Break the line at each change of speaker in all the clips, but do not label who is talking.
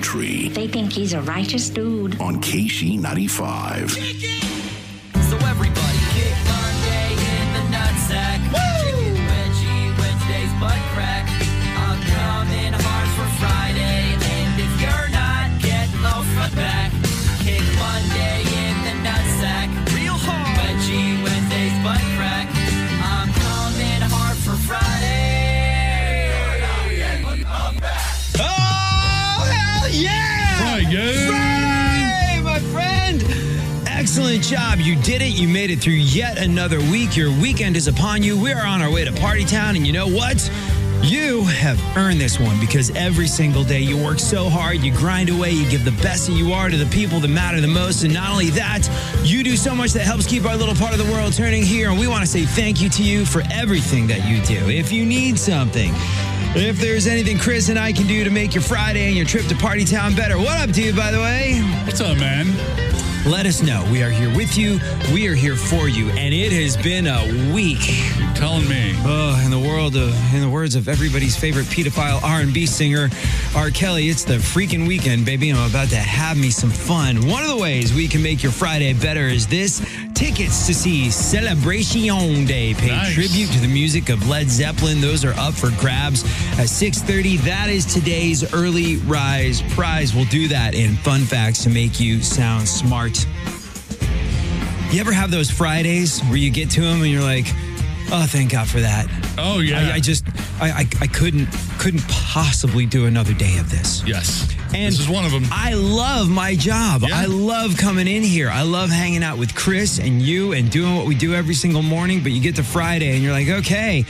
Winfrey
They think he's a righteous dude.
on KC95.
So everybody kick Monday in the nutsack. Chicken wedgie Wednesday's butt crack. I'm coming hard for Friday, and if you're not, get off my back. Kick Monday in the nutsack. Real hard. Wedgie Wednesday's butt crack. I'm coming hard for Friday.
Oh, hell yeah!
Right, guys.
Friday, my friend! Excellent job. You did it. You made it through yet another week. Your weekend is upon you. We are on our way to Party Town, and you know what? You have earned this one because every single day you work so hard, you grind away, you give the best that you are to the people that matter the most. And not only that, you do so much that helps keep our little part of the world turning here. And we want to say thank you to you for everything that you do. If you need something, if there's anything Chris and I can do to make your Friday and your trip to Party Town better, what up, dude, by the way?
What's up, man?
Let us know. We are here with you, we are here for you, and it has been a week.
You're telling me.
Oh, in the world of, in the words of everybody's favorite pedophile R&B singer, R. Kelly, it's the freaking weekend, baby. I'm about to have me some fun. One of the ways we can make your Friday better is this: tickets to see Celebration Day pay
Nice.
tribute to the music of Led Zeppelin. Those are up for grabs at 6:30. That is today's early rise prize. We'll do that in fun facts to make you sound smart. You ever have those Fridays where you get to them and you're like, "Oh, thank God for that."
Oh yeah.
I, I just I, I I couldn't couldn't possibly do another day of this.
yes.
And
this is one of them.
I love my job.
Yeah.
I love coming in here. I love hanging out with Chris and you and doing what we do every single morning. But you get to Friday and you're like, okay,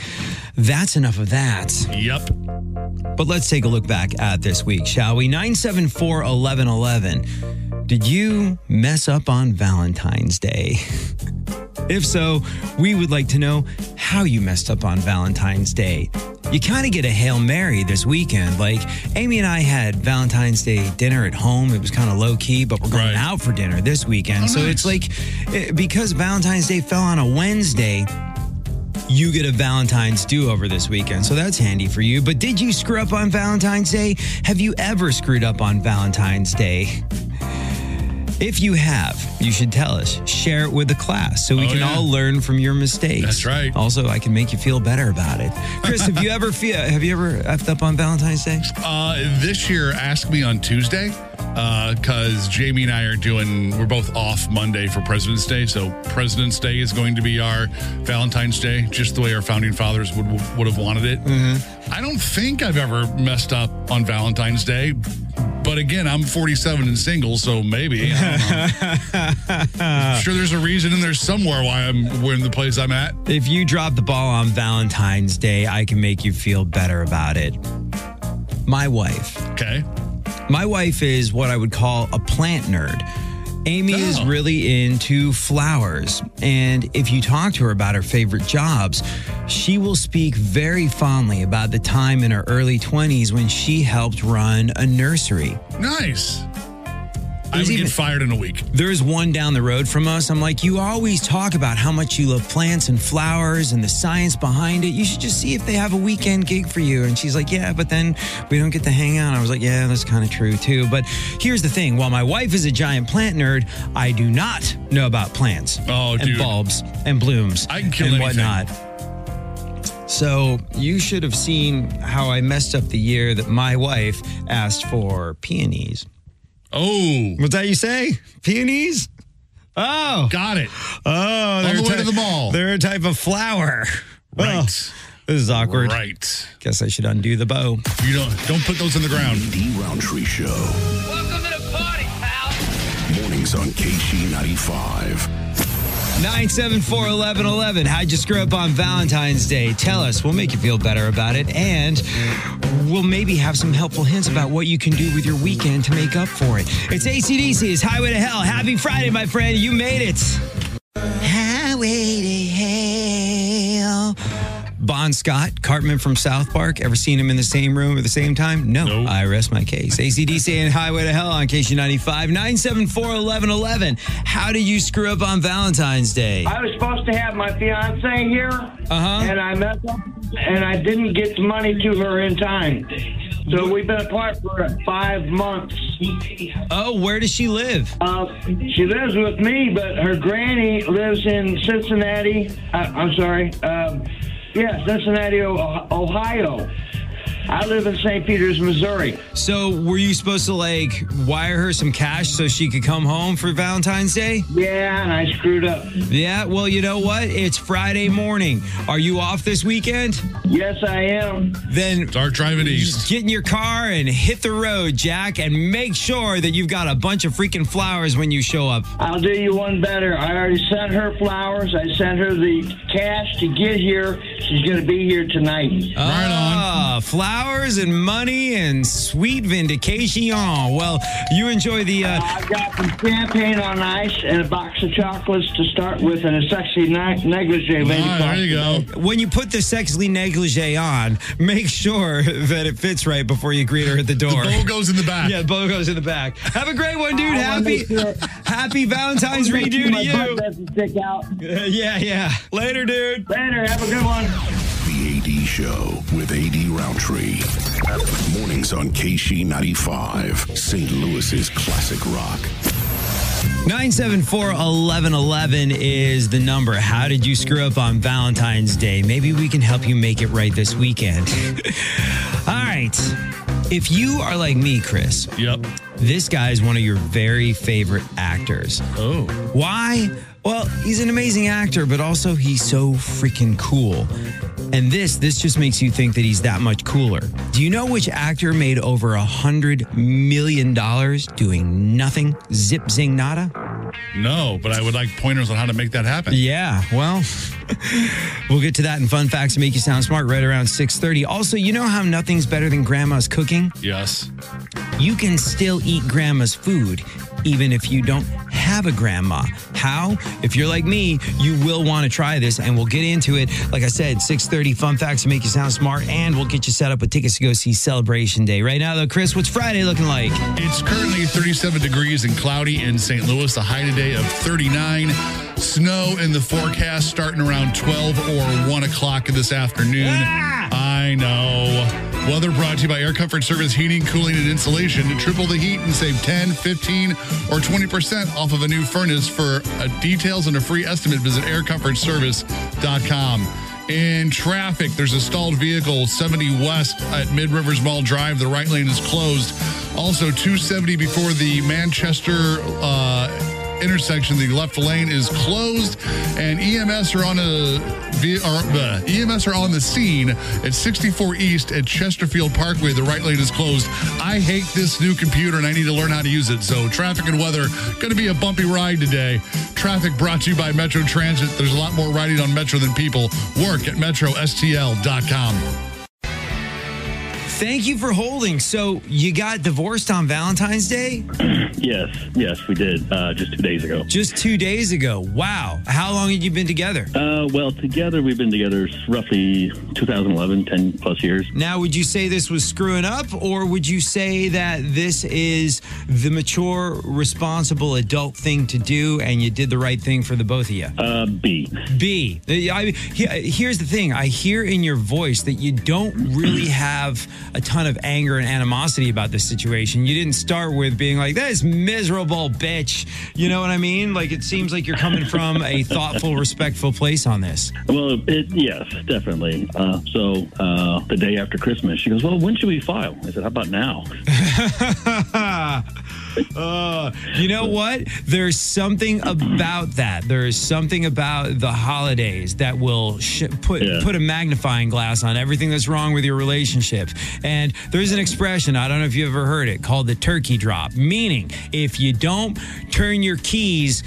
that's enough of that.
yep.
But let's take a look back at this week, shall we? 974 1111. Did you mess up on Valentine's Day? if so, we would like to know how you messed up on Valentine's Day. You kind of get a Hail Mary this weekend. Like, Amy and I had Valentine's Day dinner at home. It was kind of low key, but we're going
Right. Oh,
out for dinner this weekend. so it's
nice.
like, eh, because Valentine's Day fell on a Wednesday, you get a Valentine's do over this weekend. So that's handy for you. But did you screw up on Valentine's Day? Have you ever screwed up on Valentine's Day? If you have, you should tell us. Share it with the class so we
Oh,
can
yeah.
all learn from your mistakes.
That's right.
Also, I can make you feel better about it. Chris, have you ever fe- have you ever effed up on Valentine's Day?
Uh, this year, ask me on Tuesday because Jamie and I are doing, we're both off Monday for President's Day. So President's Day is going to be our Valentine's Day, just the way our founding fathers would would have wanted it. I don't think I've ever messed up on Valentine's Day. But again, I'm 47 and single, so maybe. I don't know. sure, there's a reason in there somewhere why I'm we're in the place I'm at.
If you drop the ball on Valentine's Day, I can make you feel better about it. My wife
Okay.
My wife is what I would call a plant nerd. Amy is
Oh.
really into flowers. And if you talk to her about her favorite jobs, she will speak very fondly about the time in her early 20s when she helped run a nursery.
Nice. I
There's
would
even-
get fired in a week.
There's one down the road from us. I'm like, you always talk about how much you love plants and flowers and the science behind it. You should just see if they have a weekend gig for you. And she's like, yeah, but then we don't get to hang out. I was like, yeah, that's kind of true too. But here's the thing while my wife is a giant plant nerd, I do not know about plants
Oh,
and
dude.
bulbs and blooms
I can kill
and
anything.
whatnot. So you should have seen how I messed up the year that my wife asked for peonies.
Oh.
What's that you say? Peonies? Oh,
Got it.
oh, they're
the way
a
to the mall.
They're a type of flower. Oh,
Right.
this is awkward.
Right.
Guess I should undo the bow.
You don't don't put those in the ground.
The Roundtree Show.
Welcome to the party, pal.
Mornings on KC95.
Nine seven four eleven eleven. How'd you screw up on Valentine's Day? Tell us. We'll make you feel better about it, and we'll maybe have some helpful hints about what you can do with your weekend to make up for it. It's ACDC's Highway to Hell. Happy Friday, my friend. You made it. Highway to Hell. Bon Scott, Cartman from South Park. Ever seen him in the same room at the same time? No.
Nope.
I rest my case. ACDC and Highway to Hell on KC95 974 1111. How did you screw up on Valentine's Day?
I was supposed to have my fiance here,
Uh-huh.
and I messed up, and I didn't get the money to her in time. So we've been apart for five months.
oh, where does she live?
Uh, she lives with me, but her granny lives in Cincinnati. Uh, I'm sorry. Um, yeah, Cincinnati, O- Ohio. I live in St. Peter's, Missouri.
So, were you supposed to like wire her some cash so she could come home for Valentine's Day?
Yeah, and I screwed up.
Yeah, well, you know what? It's Friday morning. Are you off this weekend?
Yes, I am.
Then
Start driving
just
east.
get in your car and hit the road, Jack, and make sure that you've got a bunch of freaking flowers when you show up.
I'll do you one better. I already sent her flowers. I sent her the cash to get here. She's going to be here tonight.
Right on.
Ah, flowers and money and sweet vindication. Well, you enjoy the. Uh,
I've got some champagne on ice and a box of chocolates to start with and a sexy ni- negligee.
All
baby.
right, there you go.
when you put the sexily negligee on, make sure that it fits right before you greet her at the door.
Bow goes in the back.
Yeah, Bo goes in the back. Have a great one, dude.
Oh, I wanna
Happy
make sure-
Happy Valentine's
Make sure
redo to
my butt
you.
doesn't stick out.
yeah, yeah. Later, dude.
Later, have a good one.
The AD Show with AD Roundtree. Mornings on KC95, St. Louis's classic rock.
974-1111 is the number. How did you screw up on Valentine's Day? Maybe we can help you make it right this weekend. All right. If you are like me, Chris,
Yep.
this guy is one of your very favorite actors.
Oh.
Why? Well, he's an amazing actor, but also he's so freaking cool. And this, this just makes you think that he's that much cooler. Do you know which actor made over a hundred million dollars doing nothing? Zip zing nada?
No, but I would like pointers on how to make that happen.
Yeah, well, we'll get to that in fun facts to make you sound smart right around 6:30. Also, you know how nothing's better than grandma's cooking?
Yes.
you can still eat grandma's food even if you don't have a grandma. How? If you're like me, you will want to try this and we'll get into it. Like I said, 6:30 fun facts to make you sound smart and we'll get you set up with tickets to go see Celebration Day. Right now though, Chris, what's Friday looking like?
It's currently 37 degrees and cloudy in St. Louis, a high today of 39. Snow in the forecast starting around 12 or 1 o'clock this afternoon.
Ah!
I know. Weather brought to you by Air Comfort Service Heating, Cooling, and Insulation to triple the heat and save 10, 15, or 20% off of a new furnace. For uh, details and a free estimate, visit aircomfortservice.com. In traffic, there's a stalled vehicle 70 west at Mid Rivers Mall Drive. The right lane is closed. Also, 270 before the Manchester. Uh, intersection. The left lane is closed, and EMS are on a ve- are, uh, EMS are on the scene at 64 East at Chesterfield Parkway. The right lane is closed. I hate this new computer, and I need to learn how to use it. So traffic and weather going to be a bumpy ride today. Traffic brought to you by Metro Transit. There's a lot more riding on Metro than people. Work at metrostl.com.
Thank you for holding. So, you got divorced on Valentine's Day
Yes, yes, we did uh, just two days ago.
just 2 days ago. Wow. How long had you been together?
Uh, well, together we've been together roughly 2011, 10 plus years.
Now, would you say this was screwing up, or would you say that this is the mature, responsible adult thing to do and you did the right thing for the both of you?
Uh, B.
B. I, he- here's the thing I hear in your voice that you don't really have a ton of anger and animosity about this situation. You didn't start with being like, that is miserable, bitch. You know what I mean? Like, it seems like you're coming from a thoughtful, respectful place on this.
Well, it, yes, definitely. Uh, so uh, the day after Christmas, she goes, "Well, when should we file?" I said, "How about now?"
Uh, you know what? There's something about that. There is something about the holidays that will sh- put
Yeah.
put a magnifying glass on everything that's wrong with your relationship. And there's an expression I don't know if you ever heard it called the turkey drop, meaning if you don't turn your keys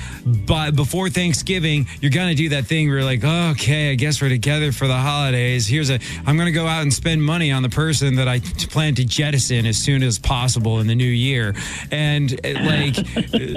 by before Thanksgiving, you're gonna do that thing where you're like, okay, I guess we're together for the holidays. Here's a, I'm gonna go out and spend money on the person that I t- plan to jettison as soon as possible in the new year, and And it, like,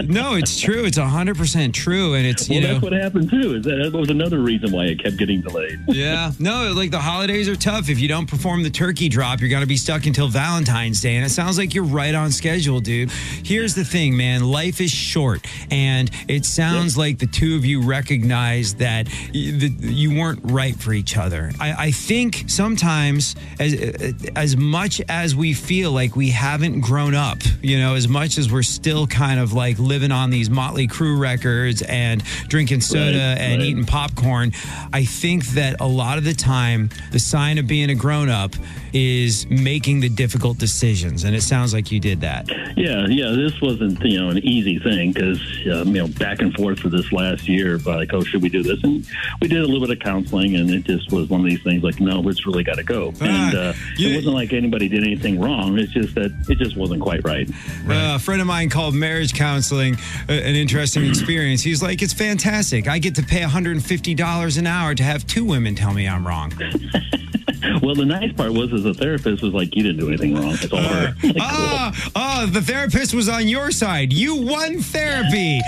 no, it's true. It's 100% true. And it's,
Well,
you know.
that's what happened too. Is that that was another reason why it kept getting delayed.
Yeah. No, like the holidays are tough. If you don't perform the turkey drop, you're going to be stuck until Valentine's Day. And it sounds like you're right on schedule, dude. Here's the thing, man life is short. And it sounds like the two of you recognize that y- that you weren't right for each other. I, I think sometimes, as, uh, as much as we feel like we haven't grown up, you know, as much as we're still kind of like living on these Motley Crue records and drinking soda
Right,
and
right.
eating eating popcorn. I think that a lot of the time, the sign of being a grown up is making the difficult decisions. And it sounds like you did that.
Yeah, yeah. This wasn't you know an easy thing because you know back and forth for this last year. But like, oh, should we do this? And we did a little bit of counseling, and it just was one of these things. Like, no, it's really got to go. and uh,
you-
it wasn't like anybody did anything wrong. It's just that it just wasn't quite right.
Uh, a friend of mine called marriage counseling a- an interesting experience. He's like, it's fantastic. I get to pay $150 an hour to have two women tell me I'm wrong.
Well, the nice part was, as a therapist, was like, you didn't do anything wrong. It's all her. Like, cool.
Ah, ah, the therapist was on your side. You won therapy.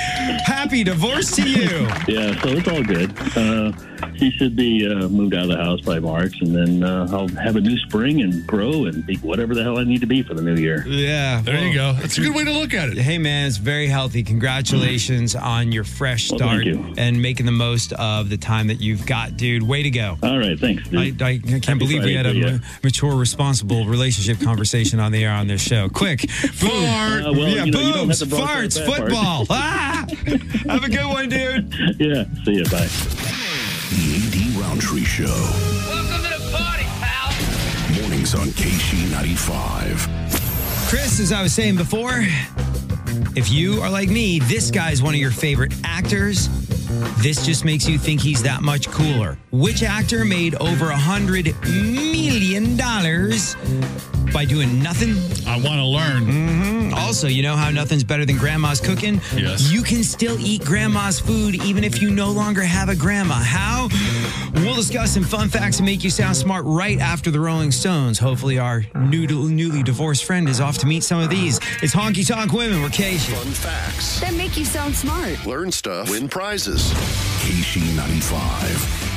Happy divorce to you.
Yeah, so it's all good. Uh, he should be uh, moved out of the house by March, and then uh, I'll have a new spring and grow and be whatever the hell I need to be for the new year.
Yeah.
There you go. That's a good way to look at it.
Hey man, it's very healthy. Congratulations on your fresh
Well,
start
thank you.
and making the most of the time that you've got, dude. Way to go.
All right, thanks. dude.
I, I can't believe we
Friday
had a
to ya.
ma- mature, responsible relationship conversation on the air on this show. Quick, fart,
Uh, well,
yeah,
you know, you don't have
booms,
to broadcast
farts,
that part.
football. ah! Have a good one, dude.
yeah, see you. Bye.
The AD Roundtree Show.
Welcome to the party, pal.
Mornings on KC95.
Chris, as I was saying before, if you are like me, this guy's one of your favorite actors. This just makes you think he's that much cooler. Which actor made over a hundred million dollars by doing nothing? Mm-hmm.
I want to learn.
Also, you know how nothing's better than grandma's cooking?
Yes.
You can still eat grandma's food even if you no longer have a grandma. How? We'll discuss some fun facts to make you sound smart right after the Rolling Stones. Hopefully, our new, newly divorced friend is off to meet some of these. It's Honky Tonk Women. We're Casey.
Fun facts.
That make you sound smart.
Learn stuff. Win prizes.
KC95.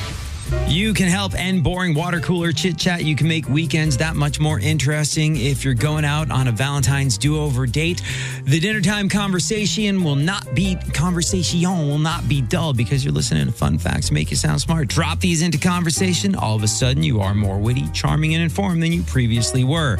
You can help end boring water cooler chit chat. You can make weekends that much more interesting if you're going out on a Valentine's do over date. The dinner time conversation will not be conversation will not be dull because you're listening to fun facts to make you sound smart. Drop these into conversation. All of a sudden, you are more witty, charming, and informed than you previously were.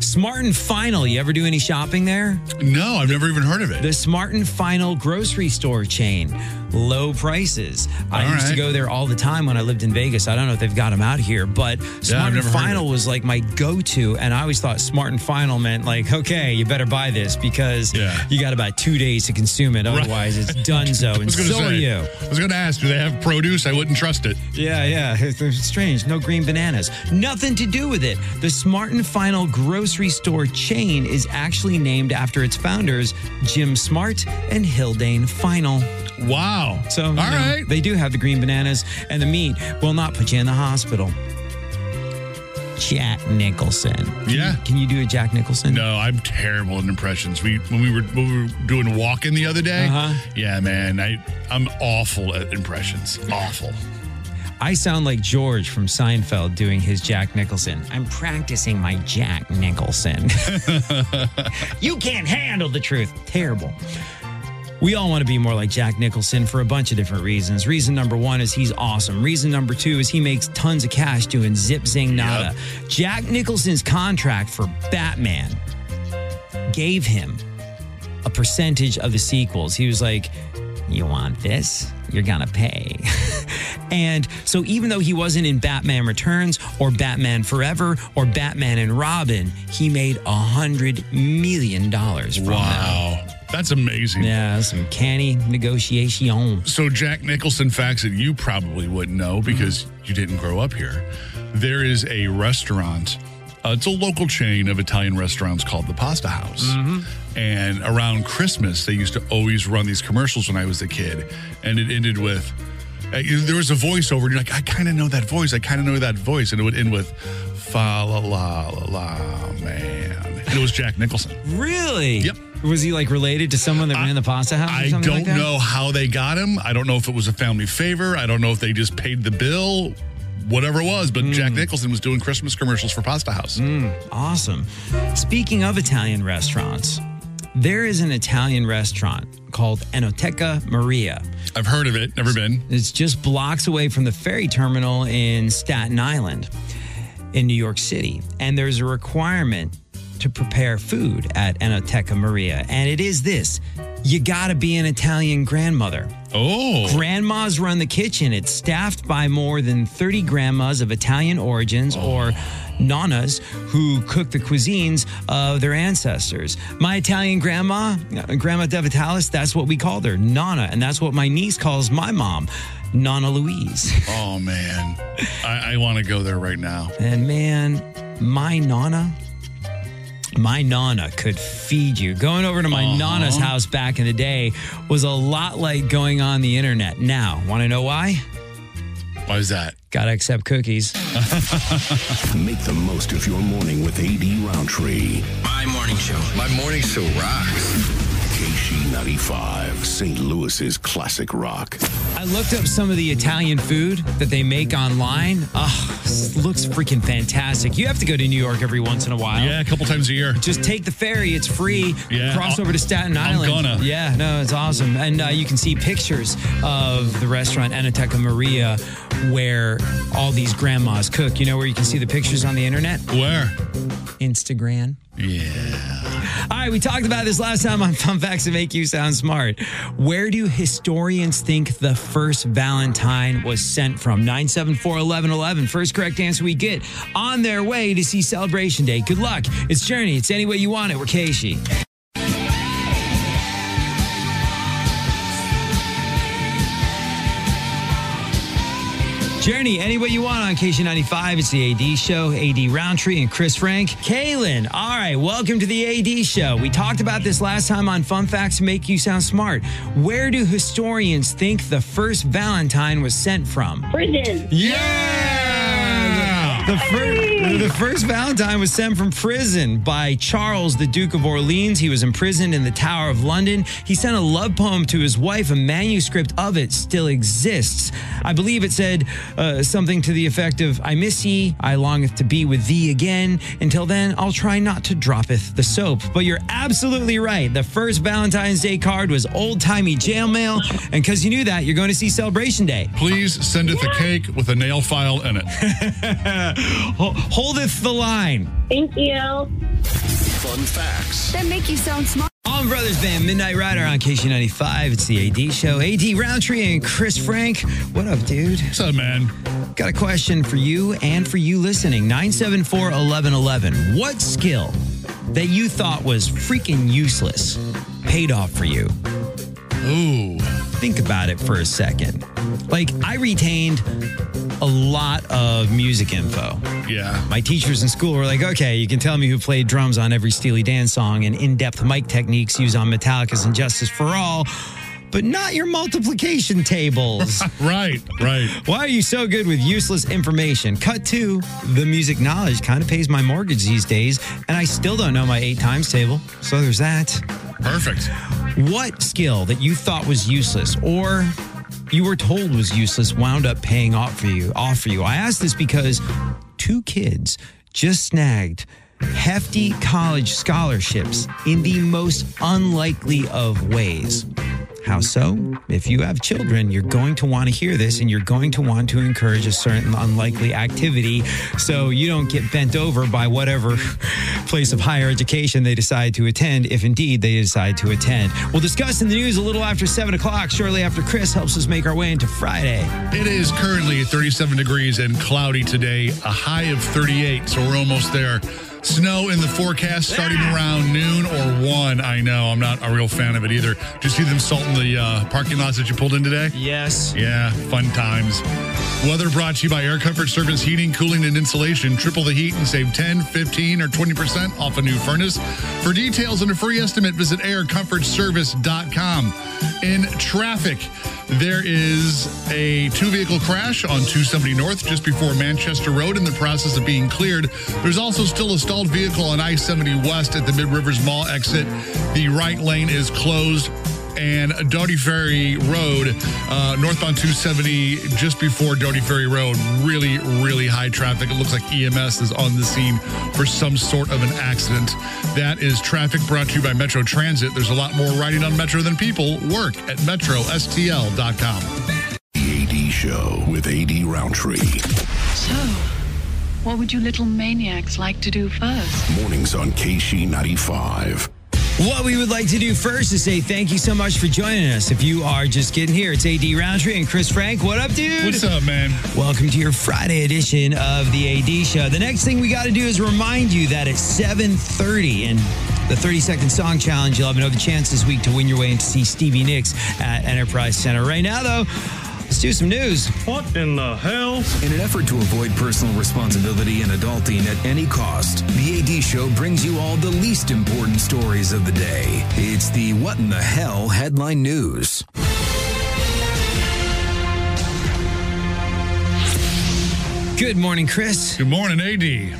Smart and Final. You ever do any shopping there?
No, I've never even heard of it.
The Smart and Final grocery store chain. Low prices. I
All
used to
right.
go there all the time when I lived in Vegas. I don't know if they've got them out here, but Smart and
never heard of
Final was like my go to. And I always thought Smart and Final meant like, okay, you better buy this because
Yeah.
you got about two days to consume it. Otherwise, it's
I
donezo. And
was gonna
so are
say,
you.
I was going to ask, do they have produce? I wouldn't trust it.
Yeah, yeah. It's, it's strange. No green bananas. Nothing to do with it. The Smart and Final grocery store chain is actually named after its founders, Jim Smart and Hildane Final.
Wow.
So,
all
you know,
right.
they do have the green bananas, and the meat will not put you in the hospital. Jack Nicholson. Can you-
Yeah.
Can you do a Jack Nicholson?
No, I'm terrible at impressions. We when we were when we were doing walking the other day.
Uh-huh.
Yeah, man, I I'm awful at impressions. Awful.
I sound like George from Seinfeld doing his Jack Nicholson. I'm practicing my Jack Nicholson. you can't handle the truth. Terrible. We all want to be more like Jack Nicholson for a bunch of different reasons. Reason number one is he's awesome. Reason number two is he makes tons of cash doing zip zing nada. Jack Nicholson's contract for Batman gave him a percentage of the sequels. He was like, You want this? You're gonna pay. and so, even though he wasn't in Batman Returns or Batman Forever or Batman and Robin, he made a hundred million dollars from them.
Wow, that's amazing.
Yeah, that's some canny negotiation.
So Jack Nicholson facts that you probably wouldn't know because
Mm-hmm.
you didn't grow up here. There is a restaurant. Uh, it's a local chain of Italian restaurants called the Pasta House.
Mm-hmm.
Mm-hmm.
And around Christmas, they used to always run these commercials when I was a kid, and it ended with. uh, you- There was a voiceover, and you're like, I kind of know that voice. I kind of know that voice. And it would end with, fa la la la la, man. and it was Jack Nicholson.
Really?
Yep.
Was he like related to someone that ran the pasta house? or
I
something
don't
like that?
know how they got him. I don't know if it was a family favor. I don't know if they just paid the bill, whatever it was. But Jack Nicholson was doing Christmas commercials for Pasta House.
Mm, Awesome. Speaking of Italian restaurants, there is an Italian restaurant called Enoteca Maria.
I've heard of it, never been.
It's just blocks away from the ferry terminal in Staten Island in New York City. And there's a requirement to prepare food at Enoteca Maria. And it is this you gotta be an Italian grandmother.
Oh,
Grandmas run the kitchen. It's staffed by more than 30 grandmas of Italian origins or nonnas who cook the cuisines of their ancestors. My Italian grandma, uh, Grandma De Vitalis, that's what we called her, Nana. And that's what my niece calls my mom, Nana Louise.
oh man, I, I want to go there right now.
And man, my Nana, my Nana could feed you. Going over to my
Uh-huh.
Nana's house back in the day was a lot like going on the internet now. Want to know why?
Why is that?
Gotta accept cookies.
Make the most of your morning with AD Roundtree.
My morning show. My morning show rocks.
KC95, St. Louis's classic rock.
I looked up some of the Italian food that they make online. Oh, looks freaking fantastic. You have to go to New York every once in a while.
Yeah, a couple times a year.
Just take the ferry; it's free.
Yeah,
cross
I'll-
over to Staten
I'm
Island.
gonna.
Yeah, no, it's awesome, and uh, you can see pictures of the restaurant Anateca Maria, where all these grandmas cook. You know where you can see the pictures on the internet,
Where?
Instagram.
Yeah.
All right, we talked about this last time on Fun Facts to Make You Sound Smart. Where do historians think the first Valentine was sent from? 974 1111. First correct answer we get on their way to see Celebration Day. Good luck. It's Journey. It's any way you want it. We're Casey. Journey, any way you want on KC95. It's the AD Show, AD Roundtree, and Chris Frank. Kalen, all right, welcome to the AD Show. We talked about this last time on Fun Facts to Make You Sound Smart. Where do historians think the first Valentine was sent from?
Prison.
Yeah.
The first, the first Valentine was sent from prison by Charles, the Duke of Orleans. He was imprisoned in the Tower of London. He sent a love poem to his wife. A manuscript of it still exists. I believe it said uh, something to the effect of I miss ye, I longeth to be with thee again. Until then, I'll try not to droppeth the soap. But you're absolutely right. The first Valentine's Day card was old timey jail mail. And because you knew that, you're going to see Celebration Day.
Please send it the cake with a nail file in it.
Ho- holdeth the line.
Thank you.
Fun facts.
That make you sound smart.
Allman Brothers Band, Midnight Rider on KC95. It's the AD Show. AD Roundtree and Chris Frank. What up, dude?
What's up, man?
Got a question for you and for you listening. 974 1111. What skill that you thought was freaking useless paid off for you?
Ooh.
think about it for a second. Like, I retained a lot of music info.
Yeah.
My teachers in school were like, okay, you can tell me who played drums on every Steely Dan song and in depth mic techniques used on Metallica's Injustice for All, but not your multiplication tables.
Right. Right.
Why are you so good with useless information? Cut to the music knowledge kind of pays my mortgage these days, and I still don't know my eight times table. So there's that.
Perfect.
What skill that you thought was useless or you were told was useless wound up paying off for you? Off for you? I asked this because two kids just snagged hefty college scholarships in the most unlikely of ways. How so? If you have children, you're going to want to hear this and you're going to want to encourage a certain unlikely activity so you don't get bent over by whatever place of higher education they decide to attend, if indeed they decide to attend. We'll discuss in the news a little after 7 o'clock, shortly after Chris helps us make our way into Friday.
It is currently 37 degrees and cloudy today, a high of 38, so we're almost there. Snow in the forecast starting around noon or 1. I know, I'm not a real fan of it either. Did you see them salting the uh, parking lots that you pulled in today?
Yes.
Yeah, fun times. Weather brought to you by Air Comfort Service Heating, Cooling, and Insulation. Triple the heat and save 10, 15, or 20% off a new furnace. For details and a free estimate, visit aircomfortservice.com. In traffic, There is a two vehicle crash on 270 North just before Manchester Road in the process of being cleared. There's also still a stalled vehicle on I 70 West at the Mid Rivers Mall exit. The right lane is closed. And Doty Ferry Road, uh, northbound 270, just before Doty Ferry Road, really, really high traffic. It looks like EMS is on the scene for some sort of an accident. That is traffic brought to you by Metro Transit. There's a lot more riding on Metro than people. Work at metrostl.com.
The AD Show with AD Roundtree.
So, what would you little maniacs like to do first?
Mornings on KC 95.
What we would like to do first is say thank you so much for joining us. If you are just getting here, it's AD Roundtree and Chris Frank. What up, dude?
What's up, man?
Welcome to your Friday edition of the AD Show. The next thing we got to do is remind you that at 7:30 and the 30-second song challenge, you'll have another chance this week to win your way in to see Stevie Nicks at Enterprise Center. Right now, though, let's do some news.
What in the hell?
In an effort to avoid personal responsibility and adulting at any cost, the AD Show brings you all the least important stories of the day. It's the What in the Hell headline news.
Good morning, Chris.
Good morning, AD.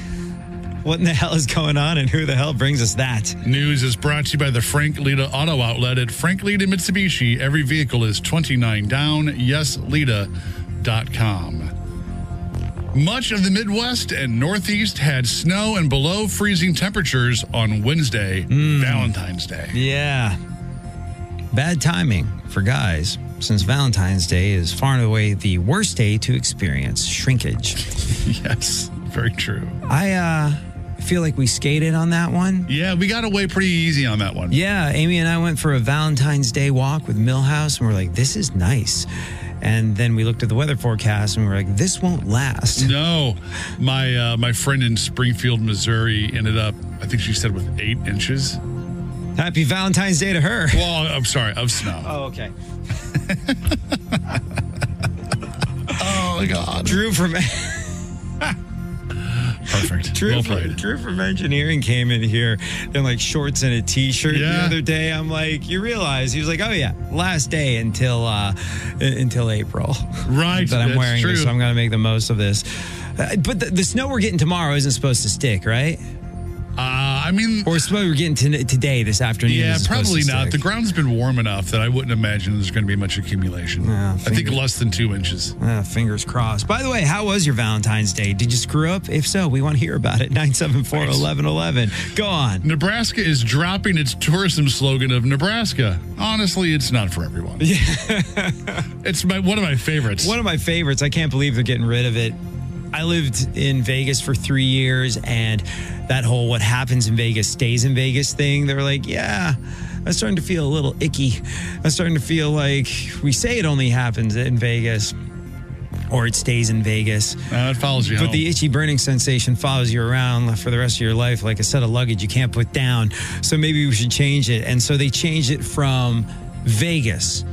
What in the hell is going on, and who the hell brings us that?
News is brought to you by the Frank Lita Auto Outlet at Frank Lita Mitsubishi. Every vehicle is 29 down. YesLita.com. Much of the Midwest and Northeast had snow and below freezing temperatures on Wednesday,
Hmm.
Valentine's Day.
Yeah. Bad timing for guys, since Valentine's Day is far and away the worst day to experience shrinkage.
Yes, very true.
I uh, feel like we skated on that one.
Yeah, we got away pretty easy on that one.
Yeah, Amy and I went for a Valentine's Day walk with Millhouse, and we're like, this is nice. And then we looked at the weather forecast and we we're like, this won't last.
No, my uh, my friend in Springfield, Missouri, ended up. I think she said with eight inches.
Happy Valentine's Day to her.
Well, I'm sorry, of snow.
Oh, okay.
Oh my God!
Drew from
Perfect.
Drew,
well
from,
played.
Drew from engineering came in here in like shorts and a t-shirt the
Yeah.
other day. I'm like, you realize he was like, oh yeah, last day until uh, until April
Right,
that I'm
that's
wearing
true.
this, so I'm gonna make the most of this. Uh, but the, the snow we're getting tomorrow isn't supposed to stick, right?
Uh, I mean,
Or snow we're getting to, today this afternoon.
Yeah,
isn't supposed
probably
to
not. The
stick.
ground's been warm enough that I wouldn't imagine there's going to be much accumulation.
Yeah,
I think
fingers-
less than two inches.
Ah, fingers crossed. By the way, how was your Valentine's Day? Did you screw up? If so, we want to hear about it. 974 1111. Go on.
Nebraska is dropping its tourism slogan of Nebraska. Honestly, it's not for everyone. Yeah. it's my one of my favorites.
One of my favorites. I can't believe they're getting rid of it. I lived in Vegas for three years, and that whole what happens in Vegas stays in Vegas thing, they were like, yeah, I'm starting to feel a little icky. I'm starting to feel like we say it only happens in Vegas or it stays in Vegas.
Uh, it follows you
But
home.
the itchy burning sensation follows you around for the rest of your life like a set of luggage you can't put down. So maybe we should change it. And so they changed it from Vegas.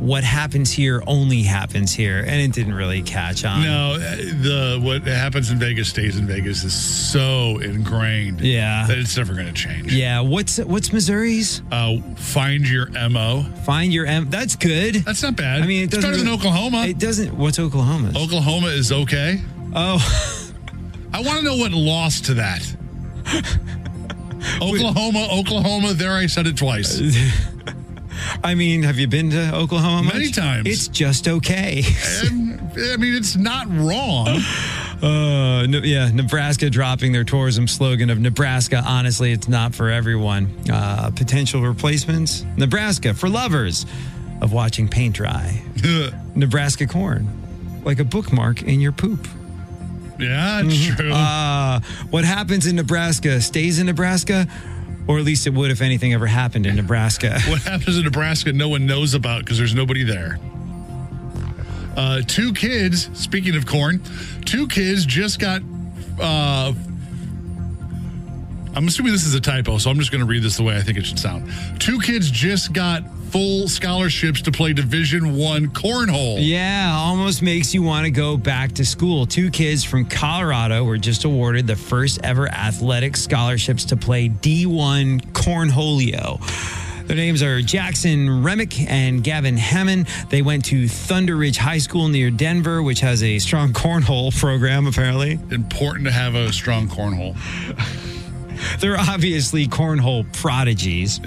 What happens here only happens here. And it didn't really catch on.
no, uh, the what happens in Vegas stays in Vegas is so ingrained.
Yeah.
that it's never going to change.
Yeah, what's what's Missouri's?
Uh, find your mo.
Find your M. That's good.
That's not bad.
I mean, it
it's
doesn't
better than
really-
Oklahoma.
It doesn't. What's Oklahoma's?
Oklahoma is okay.
oh,
I want to know what lost to that. Oklahoma, Oklahoma. There, I said it twice.
I mean, have you been to Oklahoma? Much?
Many times.
It's just okay.
And, I mean, it's not wrong.
Uh, no, yeah, Nebraska dropping their tourism slogan of Nebraska. Honestly, it's not for everyone. Uh, potential replacements: Nebraska for lovers of watching paint dry. Nebraska corn, like a bookmark in your poop.
yeah, it's true.
Uh, what happens in Nebraska stays in Nebraska, or at least it would if anything ever happened in Nebraska.
what happens in Nebraska, no one knows about because there's nobody there. Uh, two kids, speaking of corn, two kids just got. Uh, I'm assuming this is a typo, so I'm just going to read this the way I think it should sound. Two kids just got full scholarships to play Division One cornhole.
Yeah, almost makes you want to go back to school. Two kids from Colorado were just awarded the first ever athletic scholarships to play D1 cornholio. Their names are Jackson Remick and Gavin Hammond. They went to Thunder Ridge High School near Denver, which has a strong cornhole program, apparently.
Important to have a strong cornhole.
They're obviously cornhole prodigies.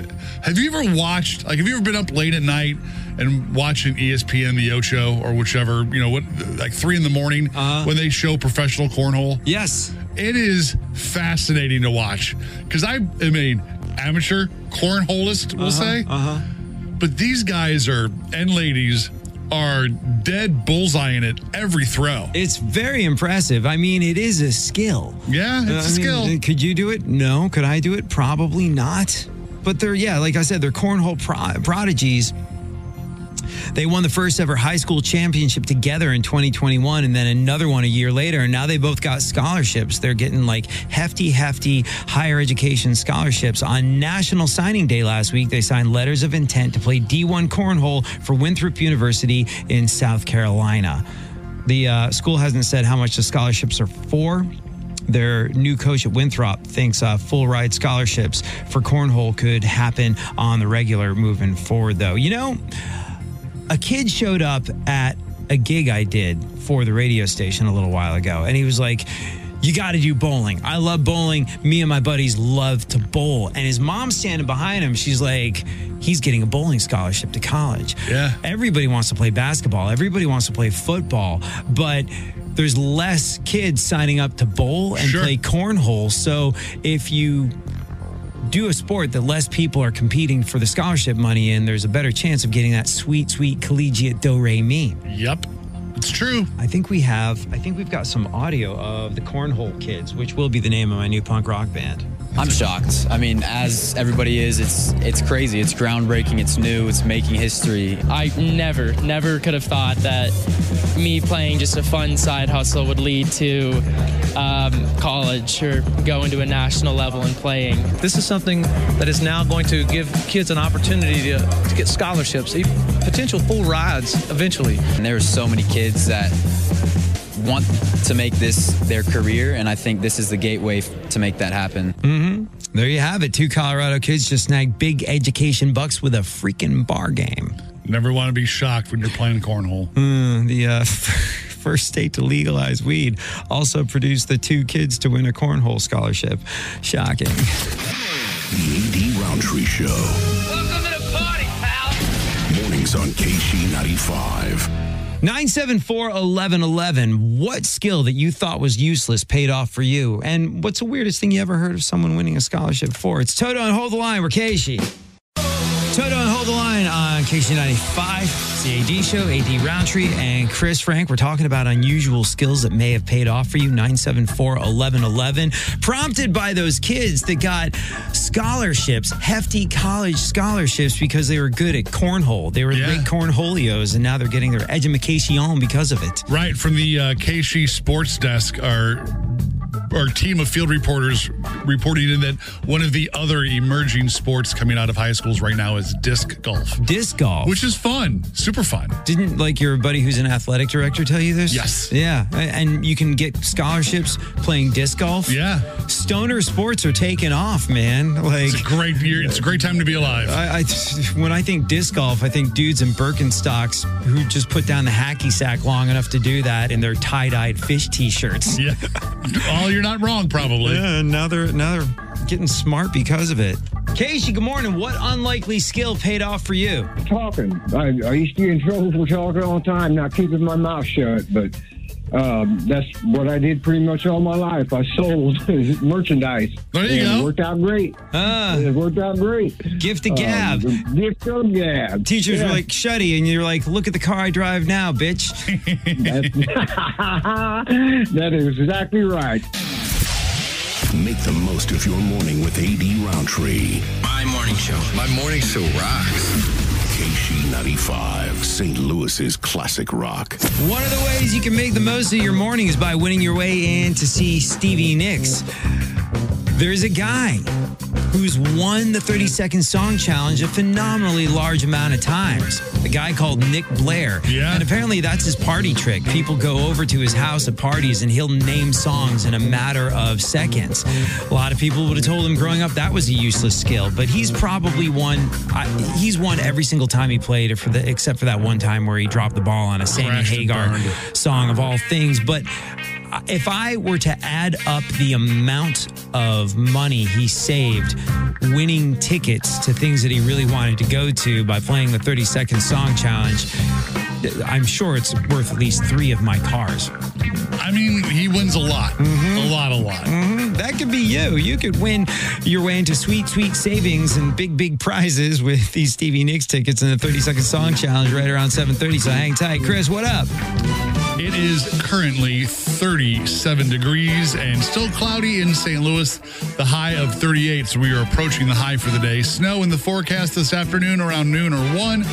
Have you ever watched, like, have you ever been up late at night and watching E ESPN, the Ocho, or whichever, you know, what, like three in the morning
Uh-huh.
when they show professional cornhole?
Yes.
It is fascinating to watch because I am an amateur cornholist, we'll say. Uh-huh. But these guys are, and ladies, are dead bullseyeing it every throw.
It's very impressive. I mean, it is a skill. Uh,
Yeah, it's a
I
skill.
Could you do it? No. Could I do it? Probably not. But they're, yeah, like I said, they're cornhole pro- prodigies. They won the first ever high school championship together in 2021 and then another one a year later. And now they both got scholarships. They're getting like hefty, hefty higher education scholarships. On National Signing Day last week, they signed letters of intent to play D1 Cornhole for Winthrop University in South Carolina. The uh, school hasn't said how much the scholarships are for. Their new coach at Winthrop thinks uh, full ride scholarships for cornhole could happen on the regular moving forward, though. You know, a kid showed up at a gig I did for the radio station a little while ago, and he was like, you got to do bowling. I love bowling. Me and my buddies love to bowl. And his mom's standing behind him. She's like, he's getting a bowling scholarship to college.
Yeah.
Everybody wants to play basketball, everybody wants to play football, but there's less kids signing up to bowl and
Sure.
play cornhole. So if you do a sport that less people are competing for the scholarship money in, there's a better chance of getting that sweet, sweet collegiate do re mi.
Yep. It's true.
I think we have, I think we've got some audio of the Cornhole Kids, which will be the name of my new punk rock band.
I'm shocked. I mean, as everybody is, it's it's crazy. It's groundbreaking. It's new. It's making history.
I never, never could have thought that me playing just a fun side hustle would lead to um, college or going to a national level and playing.
This is something that is now going to give kids an opportunity to, to get scholarships, even potential full rides eventually.
And there are so many kids that want to make this their career, and I think this is the gateway f- to make that happen.
Mm-hmm.
hmm There you have it. Two Colorado kids just snagged big education bucks with a freaking bar game.
Never want to be shocked when you're playing cornhole.
Mm, the uh, first state to legalize weed also produced the two kids to win a cornhole scholarship. Shocking.
The AD Roundtree Show. Welcome to the party, pal. Mornings on KC95.
974 1111. What skill that you thought was useless paid off for you? And what's the weirdest thing you ever heard of someone winning a scholarship for? It's Toto and Hold the Line. We're E. Casey. Toto and Hold the Line on KC95. It's the AD Show, AD Roundtree, and Chris Frank. We're talking about unusual skills that may have paid off for you. 974 1111. Prompted by those kids that got scholarships, hefty college scholarships, because they were good at cornhole. They were big cornholios, and now they're getting their education because of it.
Right from the uh, KC Sports Desk, our our team of field reporters reporting in that one of the other emerging sports coming out of high schools right now is disc golf.
Disc golf,
which is fun, super fun.
Didn't like your buddy who's an athletic director tell you this?
Yes.
Yeah. a- And you can get scholarships playing disc golf.
Yeah.
Stoner sports are taking off, man. Like
It's a great year. It's a great time to be alive.
I, I when I think disc golf, I think dudes in Birkenstocks who just put down the hacky sack long enough to do that in their tie-dyed fish t-shirts.
Yeah. Oh, you're not wrong, probably.
Yeah, now they're now they're getting smart because of it. Casey, good morning. What unlikely skill paid off for you?
talking. I, I used to be in trouble for talking all the time, not keeping my mouth shut, but um, that's what I did pretty much all my life. I sold merchandise.
There you
and
go.
It worked out great. it worked out great.
Ah.
Um,
Gift to gab.
gift to gab.
Teachers
Yeah.
were like, "Shuddy," and you're like, "Look at the car I drive now, bitch."
that is exactly right.
Make the most of your morning with AD Roundtree.
My morning show. My morning show rocks.
KC95, St. Louis's classic rock.
One of the ways you can make the most of your morning is by winning your way in to see Stevie Nicks. There's a guy who's won the 30 Second Song Challenge a phenomenally large amount of times. A guy called Nick Blair. Yeah. And apparently that's his party trick. People go over to his house at parties and he'll name songs in a matter of seconds. A lot of people would have told him growing up that was a useless skill, but he's probably won. I, he's won every single time he played, for the, except for that one time where he dropped the ball on a Sammy
Crashed and
Hagar
burned.
song of all things. But if I were to add up the amount of money he saved winning tickets to things that he really wanted to go to by playing the 30 second song challenge, I'm sure it's worth at least three of my cars.
I mean, he wins a lot. A lot, a lot.
Mhm. That could be you. You could win your way into sweet, sweet savings and big, big prizes with these Stevie Nicks tickets and the 30 second song challenge right around 7:30. So hang tight, Chris. What up?
It is currently 37 degrees and still cloudy in St. Louis. The high of 38, so we are approaching the high for the day. Snow in the forecast this afternoon around noon or 1.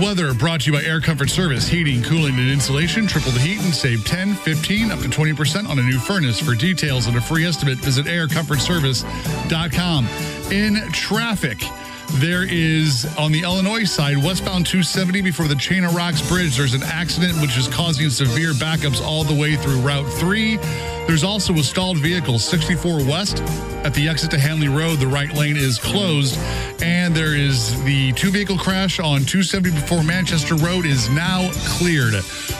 Weather brought to you by Air Comfort Service, heating, cooling, and insulation. Triple the heat and save 10, 15, up to 20% on a new furnace. For details and a free estimate, visit aircomfortservice.com. In traffic, there is on the Illinois side, westbound 270 before the Chain of Rocks Bridge, there's an accident which is causing severe backups all the way through Route 3. There's also a stalled vehicle, 64 West, at the exit to Hanley Road. The right lane is closed. And there is the two vehicle crash on 270 before Manchester Road is now cleared.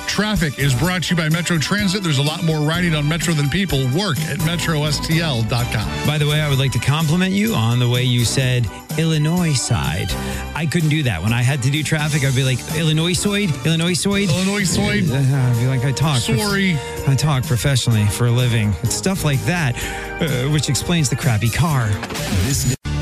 Traffic is brought to you by Metro Transit. There's a lot more riding on Metro than people. Work at metrostl.com.
By the way, I would like to compliment you on the way you said Illinois side. I couldn't do that. When I had to do traffic, I'd be like, Illinoisoid, Illinoisoid.
Illinoisoid.
Uh, I'd be like, I talk.
Sorry.
I talk professionally for a living. It's stuff like that, uh, which explains the crappy car.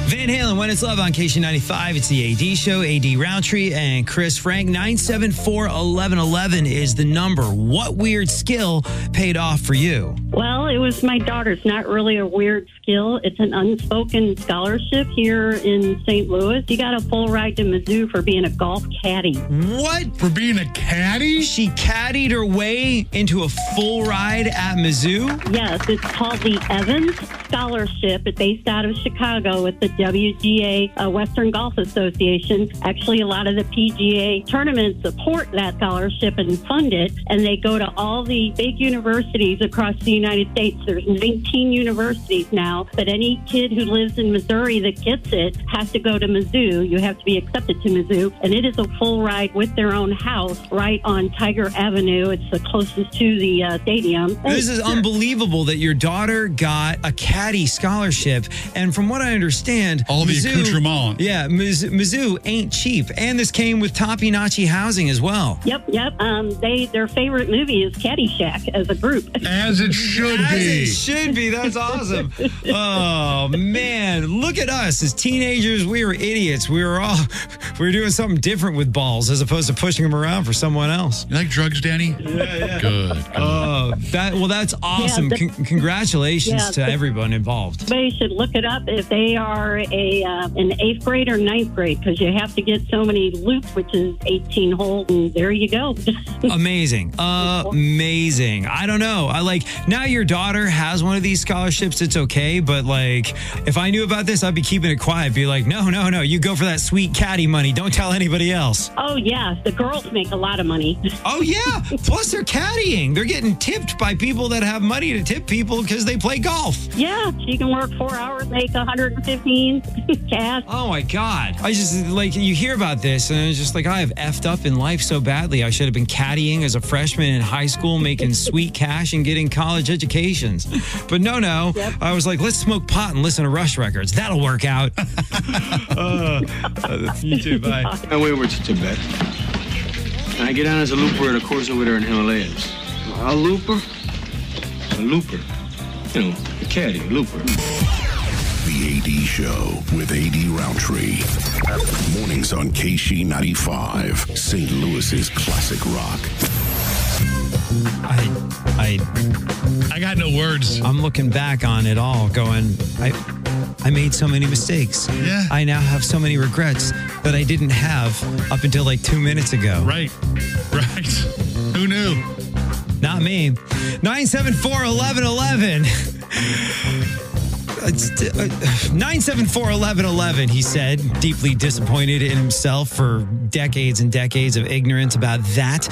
Van Halen, When It's Love on KC95. It's the AD show, AD Roundtree, and Chris Frank. 974 1111 is the number. What weird skill paid off for you?
Well, it was my daughter's, not really a weird skill. It's an unspoken scholarship here in St. Louis. You got a full ride to Mizzou for being a golf caddy.
What?
For being a caddy?
She caddied her way into a full ride at Mizzou?
Yes, it's called the Evans Scholarship. It's based out of Chicago with the WGA uh, Western Golf Association. Actually, a lot of the PGA tournaments support that scholarship and fund it, and they go to all the big universities across the United States. There's 19 universities now, but any kid who lives in Missouri that gets it has to go to Mizzou. You have to be accepted to Mizzou, and it is a full ride with their own house right on Tiger Avenue. It's the closest to the uh, stadium.
This is
Yeah.
unbelievable that your daughter got a caddy scholarship. And from what I understand, all
the accoutrement.
Yeah, Mizzou, Mizzou ain't cheap. And this came with toppy notchy housing as well.
Yep, yep. Um, they their favorite movie is Caddyshack as a group.
As it should
As
be.
it should be. That's awesome. oh man, look at us as teenagers. We were idiots. We were all we were doing something different with balls as opposed to pushing them around for someone else.
You like drugs, Danny? Yeah, yeah. Good.
Oh, that well, that's awesome.
the-
Con- congratulations
Yeah,
to
the-
everyone involved.
They should look it up if they are a uh, an eighth grade or ninth grade because you have to get so many loops, which is eighteen holes, and there you go.
Amazing. Amazing. I don't know. I like now your daughter has one of these scholarships. It's okay. But like, if I knew about this, I'd be keeping it quiet. Be like, no, no, no. You go for that sweet caddy money. Don't tell anybody else.
oh yeah, the girls make a lot of money.
Oh, yeah. Plus, they're caddying. They're getting tipped by people that have money to tip people because they play golf.
yeah, she can work four hours, make one hundred and fifteen cash.
Oh my God. I just like you hear about this, and it's just like I have effed up in life so badly. I should have been caddying as a freshman in high school, making sweet cash and getting college educations. But no, no. I was like, let's smoke pot and listen to Rush records. That'll work out. uh, you too. Bye.
My way over to Tibet. And I get on as a looper at a course over there in Himalayas. A looper? A looper. You know, a caddy, a looper.
The AD Show with AD Roundtree. Mornings on KC95, St. Louis's classic rock.
I,
I, I got no words.
I'm looking back on it all, going, I, I made so many mistakes. Yeah. I now have so many regrets that I didn't have up until like two minutes ago.
Right. Right. Who knew?
Not me. 974 1111. 974 1111, he said, deeply disappointed in himself for decades and decades of ignorance about that.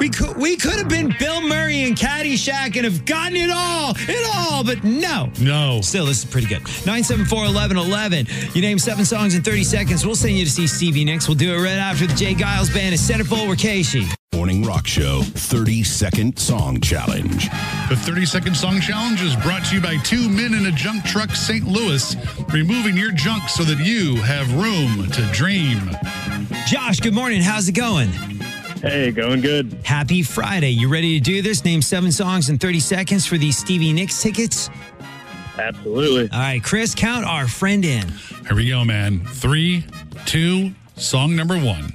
We could, we could have been Bill Murray and Caddyshack and have gotten it all, it all, but no.
No.
Still, this is pretty good. 974 1111. You name seven songs in 30 seconds. We'll send you to see Stevie Nicks. We'll do it right after the Jay Giles Band is Centerfold. We're Casey.
Morning Rock Show 30 Second Song Challenge.
The 30 Second Song Challenge is brought to you by two men in a junk truck, St. Louis, removing your junk so that you have room to dream.
Josh, good morning. How's it going?
Hey, going good.
Happy Friday. You ready to do this? Name seven songs in 30 seconds for these Stevie Nicks tickets.
Absolutely.
All right, Chris, count our friend in.
Here we go, man. Three, two, song number one.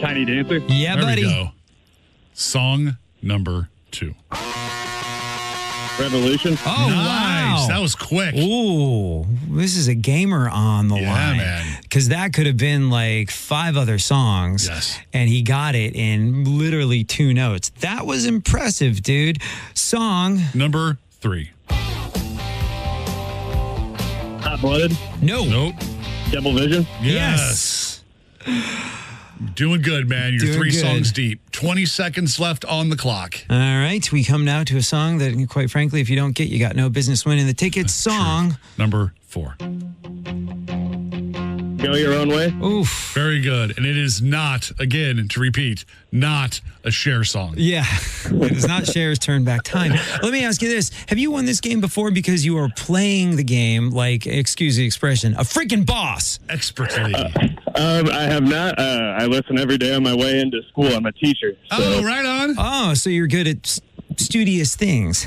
Tiny Dancer.
Yeah,
there
buddy.
we go. Song number two.
Revolution.
Oh,
nice.
wow.
That was quick.
Ooh, this is a gamer on the
Yeah,
line.
man.
Because that could have been like five other songs.
Yes.
And he got it in literally two notes. That was impressive, dude. Song
number three.
Hot Blooded.
No.
Nope.
Double Vision.
Yes. Doing good, man. You're
Doing
three
good.
songs deep. 20 seconds left on the clock.
All right, we come now to a song that, quite frankly, if you don't get, you got no business winning the ticket. Song
number four.
Go Your Own Way.
Oof.
Very good. And it is not, again, to repeat, not a share song.
Yeah, it is not Cher's turn back time. Let me ask you this: Have you won this game before? Because you are playing the game like, excuse the expression, a freaking boss.
Expertly.
Uh,
Um, I have not. Uh, I listen every day on my way into school. I'm a teacher. So
Oh, right on.
Oh, so you're good at s- studious things.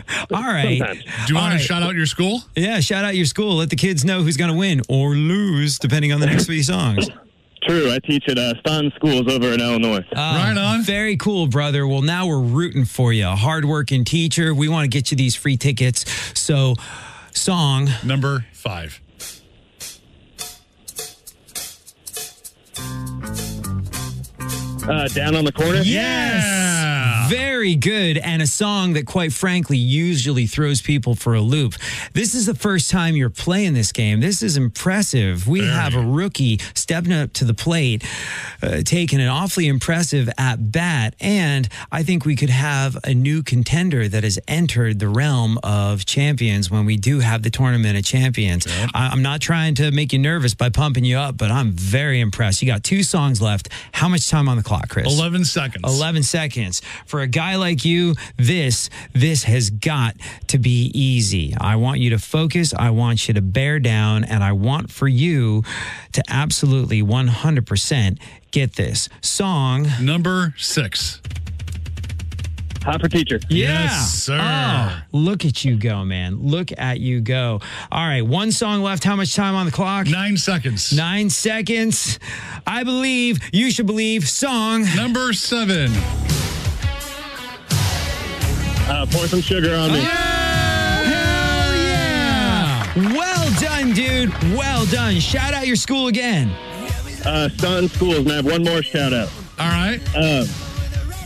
All right.
Sometimes.
Do you
All
want
right.
to shout out your school?
Yeah, shout out your school. Let the kids know who's going to win or lose, depending on the next three songs.
true. I teach at uh, Stahn Schools over in Illinois.
Ah. right
on.
Um, Very cool, brother. Well, now we're rooting for you. A hardworking teacher. We want to get you these free tickets. So, song.
Number five.
Uh, down on the corner.
Yeah.
Very good. And a song that, quite frankly, usually throws people for a loop. This is the first time you're playing this game. This is impressive. We have a rookie stepping up to the plate, uh, taking an awfully impressive at bat. And I think we could have a new contender that has entered the realm of champions when we do have the tournament of champions. I- I'm not trying to make you nervous by pumping you up, but I'm very impressed. You got two songs left. How much time on the clock, Chris?
11 seconds.
11 seconds. For a guy like you, this, this has got to be easy. I want you to focus. I want you to bear down. And I want for you to absolutely 100% get this song.
Number six.
Hot for teacher.
Yes, sir.
Oh, look at you go, man. Look at you go. All right. One song left. How much time on the clock?
Nine seconds.
Nine seconds. I believe you should believe. Song.
Number seven.
Uh, pour some sugar on me.
Hell yeah! Well done, dude. Well done. Shout out your school again.
Uh, Stahn Schools. And I have one more shout out.
All right.
Um,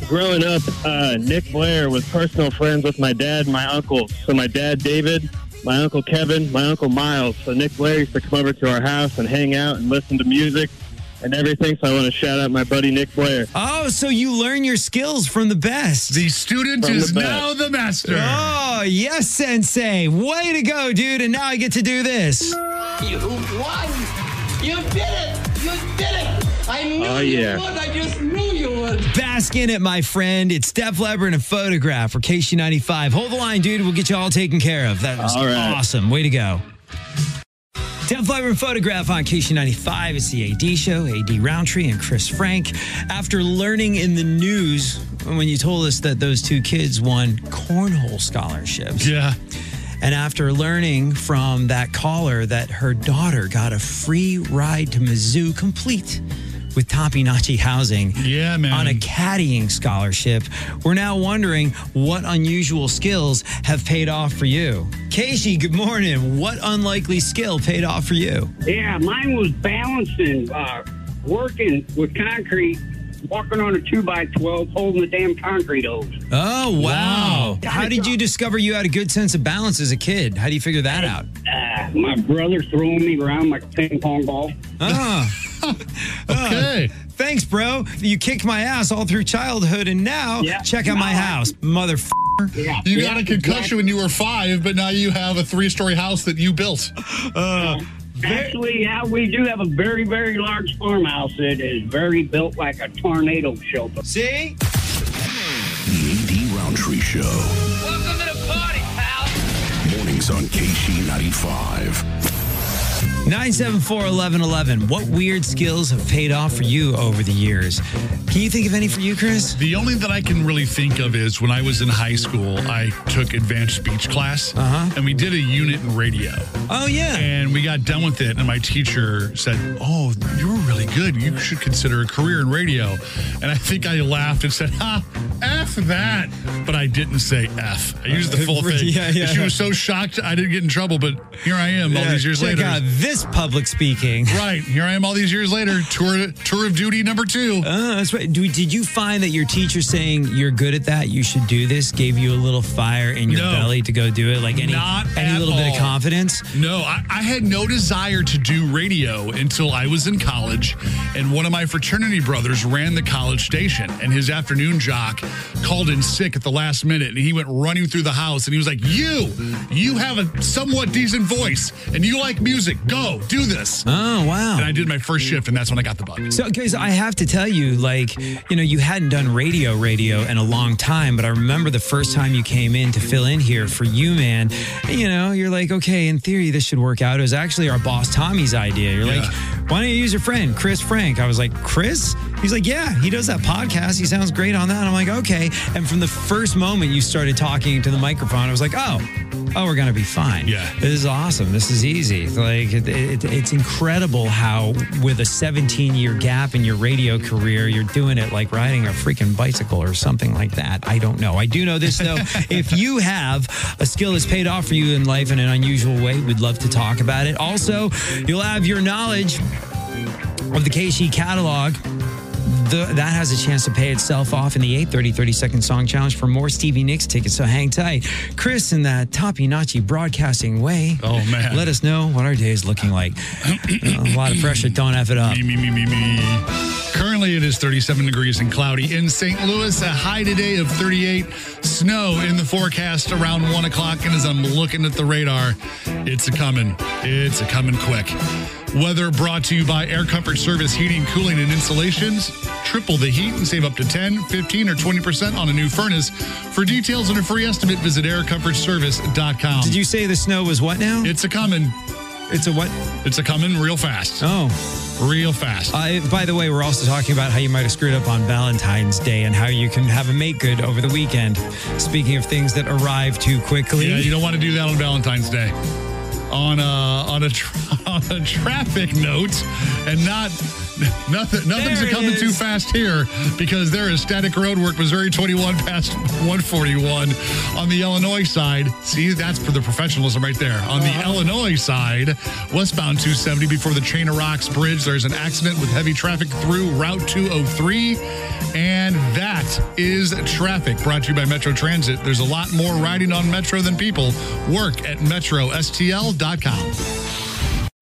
growing up, uh, Nick Blair was personal friends with my dad and my uncle. So my dad, David, my uncle Kevin, my uncle Miles. So Nick Blair used to come over to our house and hang out and listen to music and everything. So I want to shout out my buddy Nick Blair.
Oh, so you learn your skills from the best.
The student
From the
is
back.
now the master.
Oh, yes, Sensei. Way to go, dude. And now I get to do this.
You won! You did it! You did it! I knew
Oh, you yeah. would.
I just knew you would.
Bask in it, my friend. It's Steph Leber and a photograph for KC95. Hold the line, dude. We'll get you all taken care of. That was
All right.
awesome. Way to go. Def Leber and Photograph on KC95. It's the AD show, AD Roundtree and Chris Frank. After learning in the news when you told us that those two kids won cornhole scholarships,
Yeah.
and after learning from that caller that her daughter got a free ride to Mizzou complete with Topinachi housing
Yeah, man.
on a caddying scholarship, we're now wondering what unusual skills have paid off for you. Casey, good morning. What unlikely skill paid off for you?
Yeah, mine was balancing, uh, working with concrete walking on a two by twelve, holding the damn concrete hose.
Oh, wow. How did you discover you had a good sense of balance as a kid? How do you figure that out?
Uh, my brother throwing me around like a ping pong ball.
Ah. okay. thanks, bro. You kicked my ass all through childhood, and now check out my house, motherfucker.
You got a concussion when you were five, but now you have a three story house that you built.
Uh,
Actually, yeah, we do have a very, very large farmhouse that is very built like a tornado shelter.
See?
The AD Roundtree Show.
Welcome to the party, pal.
Mornings on KC95.
974 1111. What weird skills have paid off for you over the years? Can you think of any for you, Chris?
The only that I can really think of is when I was in high school, I took advanced speech class, uh-huh. and we did a unit in radio.
Oh yeah,
and we got done with it, and my teacher said, "Oh, you're really good. You should consider a career in radio." And I think I laughed and said, "Ha, f that," but I didn't say f. I used the full thing.
Yeah, yeah.
And She was so shocked I didn't get in trouble, but here I am all
Yeah,
these years
check
later.
out this public speaking.
Right here I am all these years later. Tour tour of duty number two.
Uh, that's right. Do, did you find that your teacher saying you're good at that, you should do this, gave you a little fire in your
No.
belly to go do it? Like any,
Not
any
at
little bit of
all.
confidence?
No, I, I had no desire to do radio until I was in college, and one of my fraternity brothers ran the college station, and his afternoon jock called in sick at the last minute, and he went running through the house, and he was like, "You, you have a somewhat decent voice, and you like music. Go do this."
Oh wow!
And I did my first shift, and that's when I got the bug.
So, because I have to tell you, like, you know, you hadn't done radio radio in a long time, but I remember the first time you came in to fill in here for you, man. and, You know, you're like, okay, in theory, this should work out. It was actually our boss Tommy's idea. You're like, why don't you use your friend, Chris Frank? I was like, Chris? He's like, yeah, he does that podcast. He sounds great on that. And I'm like, okay. And from the first moment you started talking to the microphone, I was like, oh, oh, we're going to be fine. Yeah. This is awesome. This is easy. Like, it, it, it's incredible how, with a 17 year gap in your radio career, you're doing it like riding a freaking bicycle or something like that. I don't know. I do know this, though. if you have a skill that's paid off for you in life in an unusual way, we'd love to talk about it. Also, you'll have your knowledge of the KC catalog. The, that has a chance to pay itself off in the 830 30 second song challenge for more Stevie Nicks tickets. So hang tight. Chris, in that toppy notchy broadcasting way,
Oh, man.
let us know what our day is looking like. a lot of pressure. Don't F it up.
Me, me, me, me, me. Currently, it is 37 degrees and cloudy in St. Louis. A high today of 38. Snow in the forecast around 1 o'clock. And as I'm looking at the radar, it's a coming. It's a coming quick. Weather brought to you by Air Comfort Service Heating, Cooling, and Installations. Triple the heat and save up to 10, 15, or 20% on a new furnace. For details and a free estimate, visit aircomfortservice.com.
Did you say the snow was what now?
It's a coming.
It's a what?
It's a coming real fast.
Oh.
Real fast.
Uh, by the way, we're also talking about how you might have screwed up on Valentine's Day and how you can have a make good over the weekend. Speaking of things that arrive too quickly.
Yeah, you don't want to do that on Valentine's Day. On uh, a on a tra- on a traffic note, and not nothing nothing's
There
a
it
coming too
is.
fast here because there is static road work Missouri 21 past 141 on the Illinois side. See, that's for the professionalism right there. On the
Uh-huh.
Illinois side, westbound 270 before the Chain of Rocks Bridge, there's an accident with heavy traffic through Route 203. And that is traffic brought to you by Metro Transit. There's a lot more riding on Metro than people. Work at metrostl.com.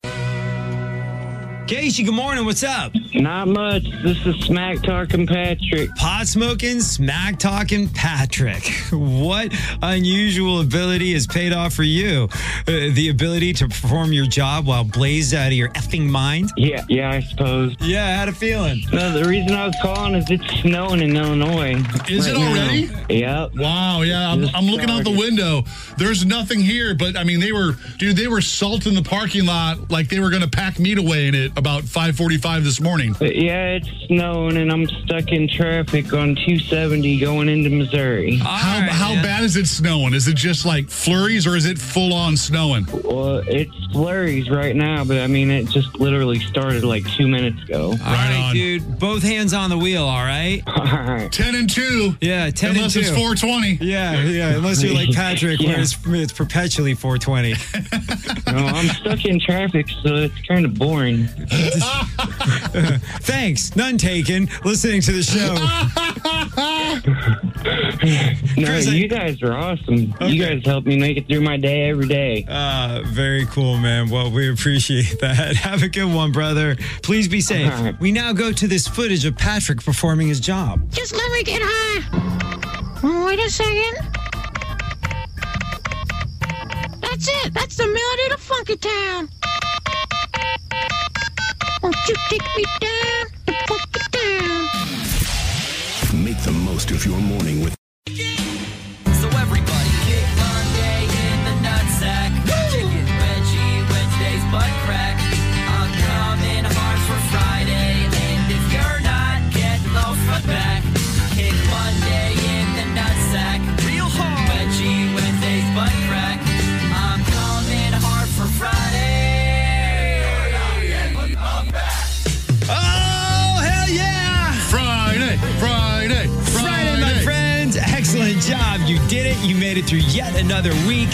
Casey, good morning. What's up?
Not much. This is Smack Talking Patrick.
Pot smoking, smack talking Patrick. What unusual ability has paid off for you? Uh, the ability to perform your job while blazed out of your effing mind?
Yeah, yeah, I suppose.
Yeah, I had a feeling.
No, the reason I was calling is it's snowing in Illinois.
Is it already?
Yep.
Wow, yeah. I'm,
Just
I'm looking out the
started.
window. There's nothing here, but I mean, they were, dude, they were salting the parking lot like they were going to pack meat away in it about 5:45 this morning.
But yeah, it's snowing and I'm stuck in traffic on 270 going into Missouri.
How how bad is it snowing? Is it just like flurries or is it full on snowing?
Well, it's flurries right now, but I mean, it just literally started like two minutes ago.
All right, dude. Both hands on the wheel, all right?
All right.
10 and 2.
Yeah, 10
Unless
and
it's
2.
420.
Yeah, yeah, unless you're like Patrick, where
Yeah.
it's, it's perpetually 420.
No, I'm stuck in traffic, so it's kind of boring.
Thanks. None taken. Listening to the show.
No,
Chris, I-
you guys are awesome. You guys help me make it through my day every day.
Uh, very cool, man. Well, we appreciate that. Have a good one, brother. Please be safe.
All right.
We now go to this footage of Patrick performing his job.
Just let me get high. Oh, Wait a second. That's it. That's the melody to Funky Town. Won't you take me down to Funky Town?
Make the most of your morning with
So everybody kick Monday in the nutsack. Chicken veggie Wednesday's butt crack. I'm coming hard for Friday, and if you're not, get low for back. Kick Monday in the nutsack. Real hard. Veggie Wednesday's butt crack. I'm coming hard for Friday. I'm back.
Oh, hell yeah!
Friday, Friday,
Friday, my friends. Excellent job. You did it. You made it through yet another week.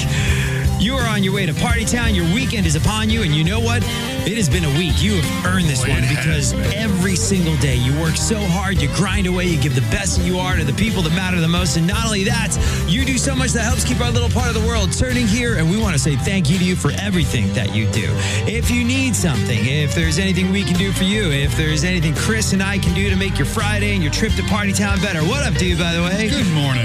You are on your way to Party Town. Your weekend is upon you. And you know what? It has been a week. You have earned this
Boy,
one
it
because
has been.
every single day you work so hard, you grind away, you give the best that you are to the people that matter the most. And not only that, you do so much that helps keep our little part of the world turning here. And we want to say thank you to you for everything that you do. If you need something, if there's anything we can do for you, if there's anything Chris and I can do to make your Friday and your trip to Party Town better, what up, dude, by the way?
Good morning.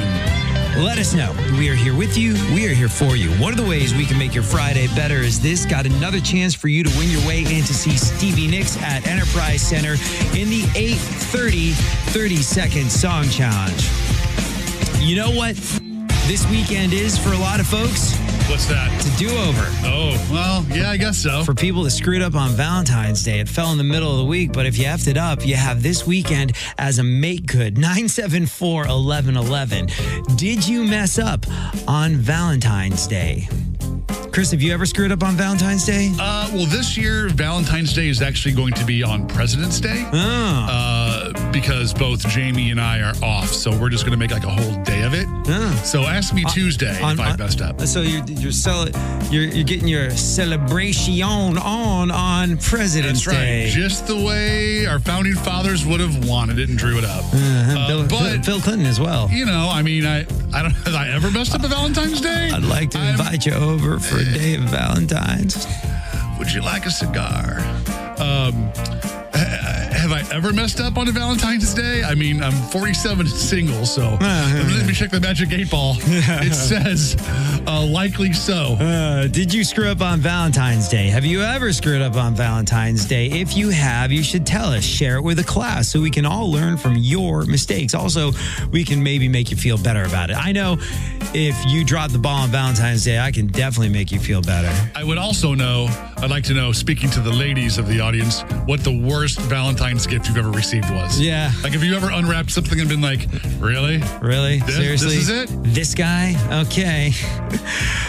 Let us know. We are here with you. We are here for you. One of the ways we can make your Friday better is this got another chance for you to win your way in to see Stevie Nicks at Enterprise Center in the 830 30 second song challenge. You know what this weekend is for a lot of folks?
What's that?
It's a do over.
Oh, well, yeah, I guess so.
For people that screwed up on Valentine's Day, it fell in the middle of the week, but if you effed it up, you have this weekend as a make good 974 1111. Did you mess up on Valentine's Day? Chris, have you ever screwed up on Valentine's Day?
Uh, well, this year, Valentine's Day is actually going to be on President's Day
Oh.
uh, because both Jamie and I are off. So we're just going to make like a whole day of it. So ask me Tuesday
Oh. on-
if I
on-
messed up.
So you're you're, cele- you're you're getting your celebration on on President's
That's right.
Day.
Just the way our founding fathers would have wanted it and drew it up. Uh,
Uh-huh. Bill,
but,
Bill Clinton as well.
you know, I mean, I, I don't have I ever messed up a Valentine's Day.
I'd like to invite you over for a day of Valentine's.
Would you like a cigar? Um, ha- have I ever messed up on a Valentine's Day? I mean, I'm 47 and single, so
Uh-huh.
let me check the magic eight ball. it says uh, likely so.
Uh, did you screw up on Valentine's Day? Have you ever screwed up on Valentine's Day? If you have, you should tell us. Share it with the class so we can all learn from your mistakes. Also, we can maybe make you feel better about it. I know if you drop the ball on Valentine's Day, I can definitely make you feel better.
I would also know, I'd like to know, speaking to the ladies of the audience, what the worst Valentine's gift you've ever received was.
Yeah.
Like, have you ever unwrapped something and been like, really?
Really?
This-
Seriously?
this is it?
This guy? Okay.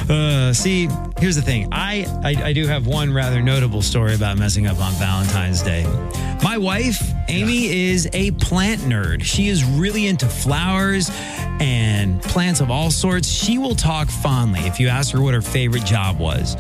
Uh, see, here's the thing. I, I I do have one rather notable story about messing up on Valentine's Day. My wife, Amy, is a plant nerd. She is really into flowers and plants of all sorts. She will talk fondly if you ask her what her favorite job was.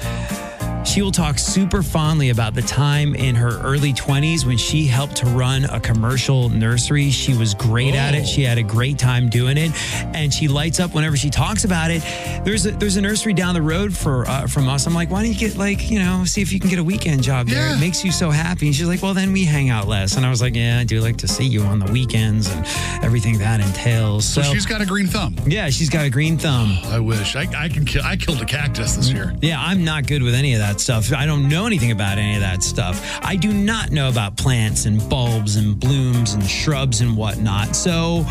She will talk super fondly about the time in her early 20s when she helped to run a commercial nursery. She was great at it.
Oh.
She had a great time doing it, and she lights up whenever she talks about it. There's a, there's a nursery down the road for uh, from us. I'm like, why don't you get like you know see if you can get a weekend job there?
Yeah.
It makes you so happy. And she's like, well then we hang out less. And I was like, yeah, I do like to see you on the weekends and everything that entails. So,
So she's got a green thumb.
yeah, she's got a green thumb.
I wish. I, I can kill. I killed a cactus this year.
Yeah, I'm not good with any of that stuff. I don't know anything about any of that stuff. I do not know about plants and bulbs and blooms and shrubs and whatnot. So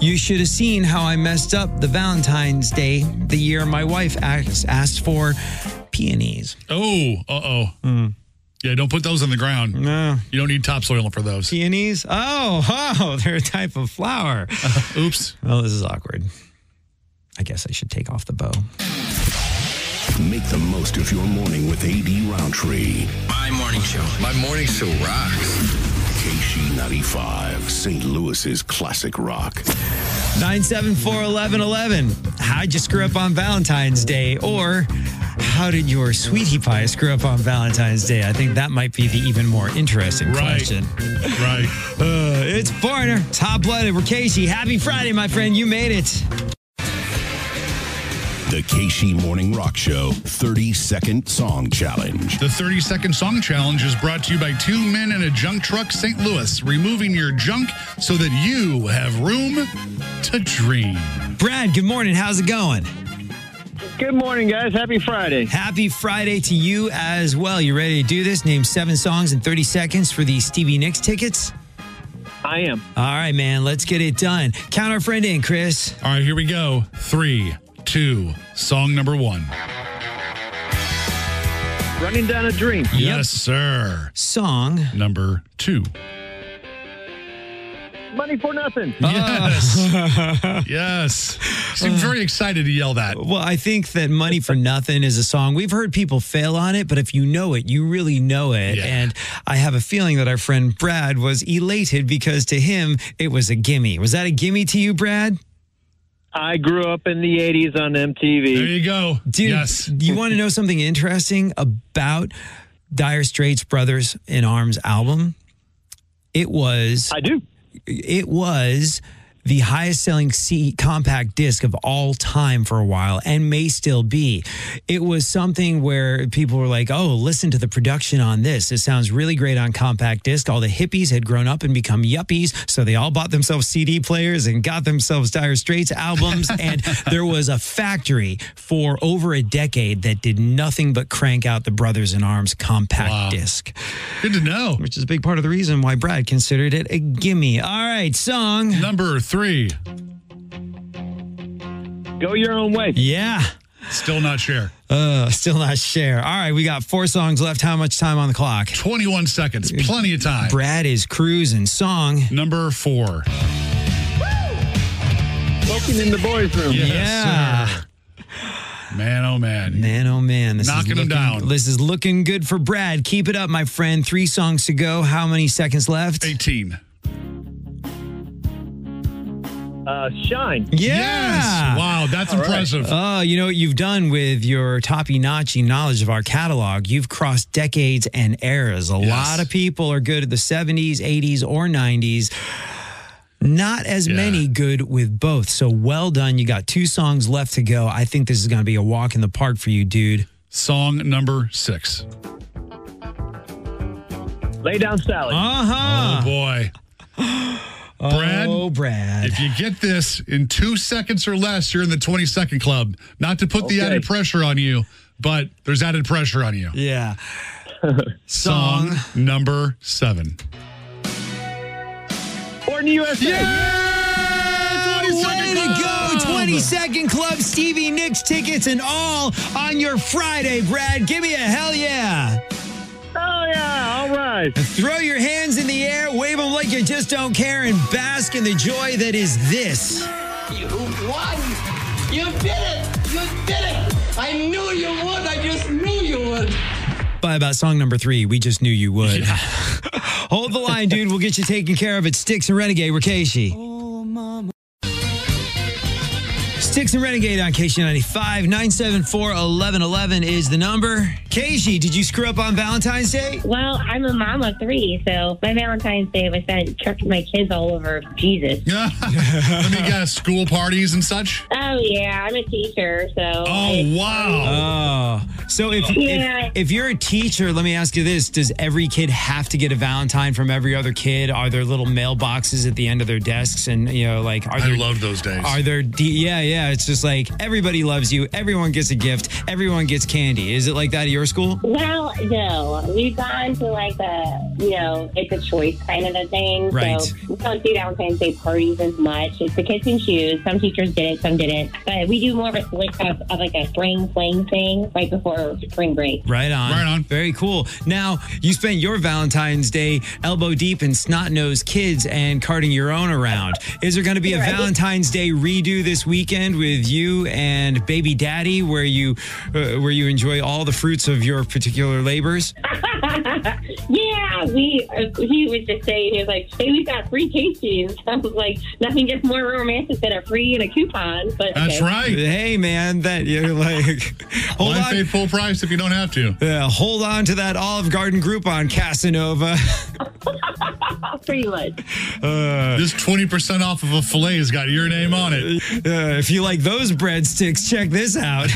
you should have seen how I messed up the Valentine's Day, the year my wife asked, asked for peonies. Hmm.
Oh, uh oh. Yeah, don't put those on the ground.
No.
You don't need topsoil for those.
Peonies? Oh, oh, they're a type of flower.
Oops.
Oh, this is awkward. I guess I should take off the bow.
Make the most of your morning with AD Roundtree.
My morning show. My morning show rocks.
KC95, St. Louis's classic rock.
974 1111. How'd you screw up on Valentine's Day? Or How did your sweetie pie screw up on Valentine's Day? I think that might be the even more interesting
Right.
question.
Right.
Uh, it's Foreigner. It's hot blooded. We're Casey. Happy Friday, my friend. You made it.
The KC Morning Rock Show 30 Second Song Challenge.
The 30 second song challenge is brought to you by two men in a junk truck, St. Louis, removing your junk so that you have room to dream.
Brad, good morning. How's it going?
Good morning, guys. Happy Friday.
Happy Friday to you as well. You ready to do this? Name seven songs in 30 seconds for the Stevie Nicks tickets.
I am.
All right, man. Let's get it done. Count our friend in, Chris.
All right, here we go. Three, two, song number one.
Running down a dream.
Yes, sir.
Song
number two.
Money for nothing.
Yes. yes. Seemed very excited to yell that.
Uh, Well, I think that Money for Nothing is a song. We've heard people fail on it, but if you know it, you really know it. And I have a feeling that our friend Brad was elated because to him, it was a gimme. Was that a gimme to you, Brad?
I grew up in the 80s on MTV.
There you go.
Dude,
yes.
you want to know something interesting about Dire Straits Brothers in Arms album? It was. I
do.
It was the highest selling C compact disc of all time for a while and may still be. It was something where people were like, oh, listen to the production on this. It sounds really great on compact disc. All the hippies had grown up and become yuppies. So they all bought themselves CD players and got themselves Dire Straits albums. and there was a factory for over a decade that did nothing but crank out the Brothers in Arms compact disc.
Good to know.
Which is a big part of the reason why Brad considered it a gimme. All right, song.
Number three.
Go your own way.
Yeah.
Still not share.
Uh, still not share. All right, we got four songs left. How much time on the clock?
21 seconds. Plenty of time.
Brad is cruising. Song
Number four.
Smoking in the boys' room.
Yes,
Yeah.
sir. Man, oh man.
Man, oh man, this is
Knocking 'em
looking,
down.
This is looking good for Brad. Keep it up, my friend. Three songs to go. How many seconds left?
18.
Uh, shine.
Yes.
Yeah.
Wow, that's impressive.
Oh, you know what you've done with your toppy-notchy knowledge of our catalog? You've crossed decades and eras. A
Yes.
lot of people are good at the 70s, 80s, or 90s. Not as many good with both. So well done. You got two songs left to go. I think this is going to be a walk in the park for you, dude.
Song number six.
Lay down salad.
Uh-huh.
Oh boy. Brad,
Oh, Brad.
if you get this in two seconds or less, you're in the 20 second club. Not to put the
Okay.
added pressure on you, but there's added pressure on you.
Yeah.
Song
Song.
number seven.
Born in USA.
Yeah! 20
Way
second
to go!
club!
20 Second Club, Stevie Nicks tickets, and all on your Friday, Brad. Give me a hell yeah.
Oh, yeah. All right.
Throw your hands in the air, wave them like you just don't care, and bask in the joy that is this.
You won! You did it! You did it! I knew you would! I just knew you would!
By about song number three, we just knew you would. Hold the line, dude. We'll get you taken care of at Sticks and Renegade. We're Casey. Sticks and Renegade on KC95. 974 1111 is the number. Casey, did you screw up on Valentine's Day?
Well, I'm a mom of three, so my Valentine's Day was spent trucking my kids all over Jesus.
Let me guess, school parties and such?
Oh yeah, I'm a teacher, so I,
Oh, wow.
Oh, so if,
Yeah.
if if you're a teacher, let me ask you this: Does every kid have to get a Valentine from every other kid? Are there little mailboxes at the end of their desks, and you know, like, are
I
there
love those days.
are there? de- Yeah, yeah. It's just like everybody loves you. Everyone gets a gift. Everyone gets candy. Is it like that at your school?
well, no, we've gone to like the you know it's a choice kind of a thing.
Right.
So we don't do Valentine's Day parties as much. It's the kids in shoes. Some teachers did it, some didn't. But we do more of a slick of, of like a spring fling thing right before spring break.
Right on.
Right on.
Very cool. Now, you spent your Valentine's Day elbow deep in snot nosed kids and carting your own around. Is there going to be a
Right.
Valentine's Day redo this weekend with you and baby daddy where you uh, where you enjoy all the fruits of your particular labors?
yeah, yeah, we, uh, he was just saying, he was like, hey, we've got free Casey's. I was like, nothing gets more romantic than a free and a coupon. But okay.
Hey, man, that you're like, hold
Why
on.
pay full price if you don't have to?
Yeah, hold on to that Olive Garden Groupon, Casanova.
Pretty much.
this 20% off of a filet has got your name on it.
Uh, if you like those breadsticks, check this out.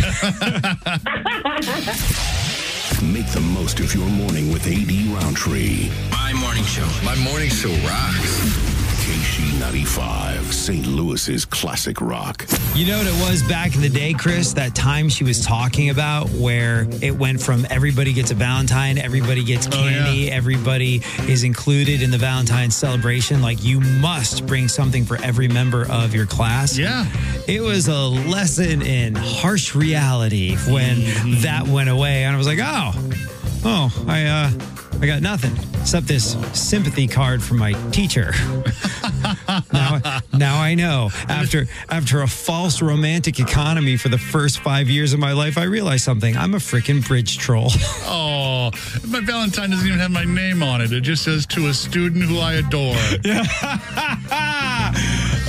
Make the most of your morning with AD Roundtree.
My morning show. My morning show rocks.
KC95, St. Louis's classic rock.
You know what it was back in the day, Chris? That time she was talking about where it went from everybody gets a Valentine, everybody gets candy, everybody is included in the Valentine's celebration. Like you must bring something for every member of your class. Yeah. It was a lesson in harsh reality when that went away. And I was like, oh, oh, I, uh, I got nothing except this sympathy card from my teacher. now, now I know. After after a false romantic economy for the first five years of my life, I realized something. I'm a freaking bridge troll.
Oh, my Valentine doesn't even have my name on it. It just says to a student who I adore.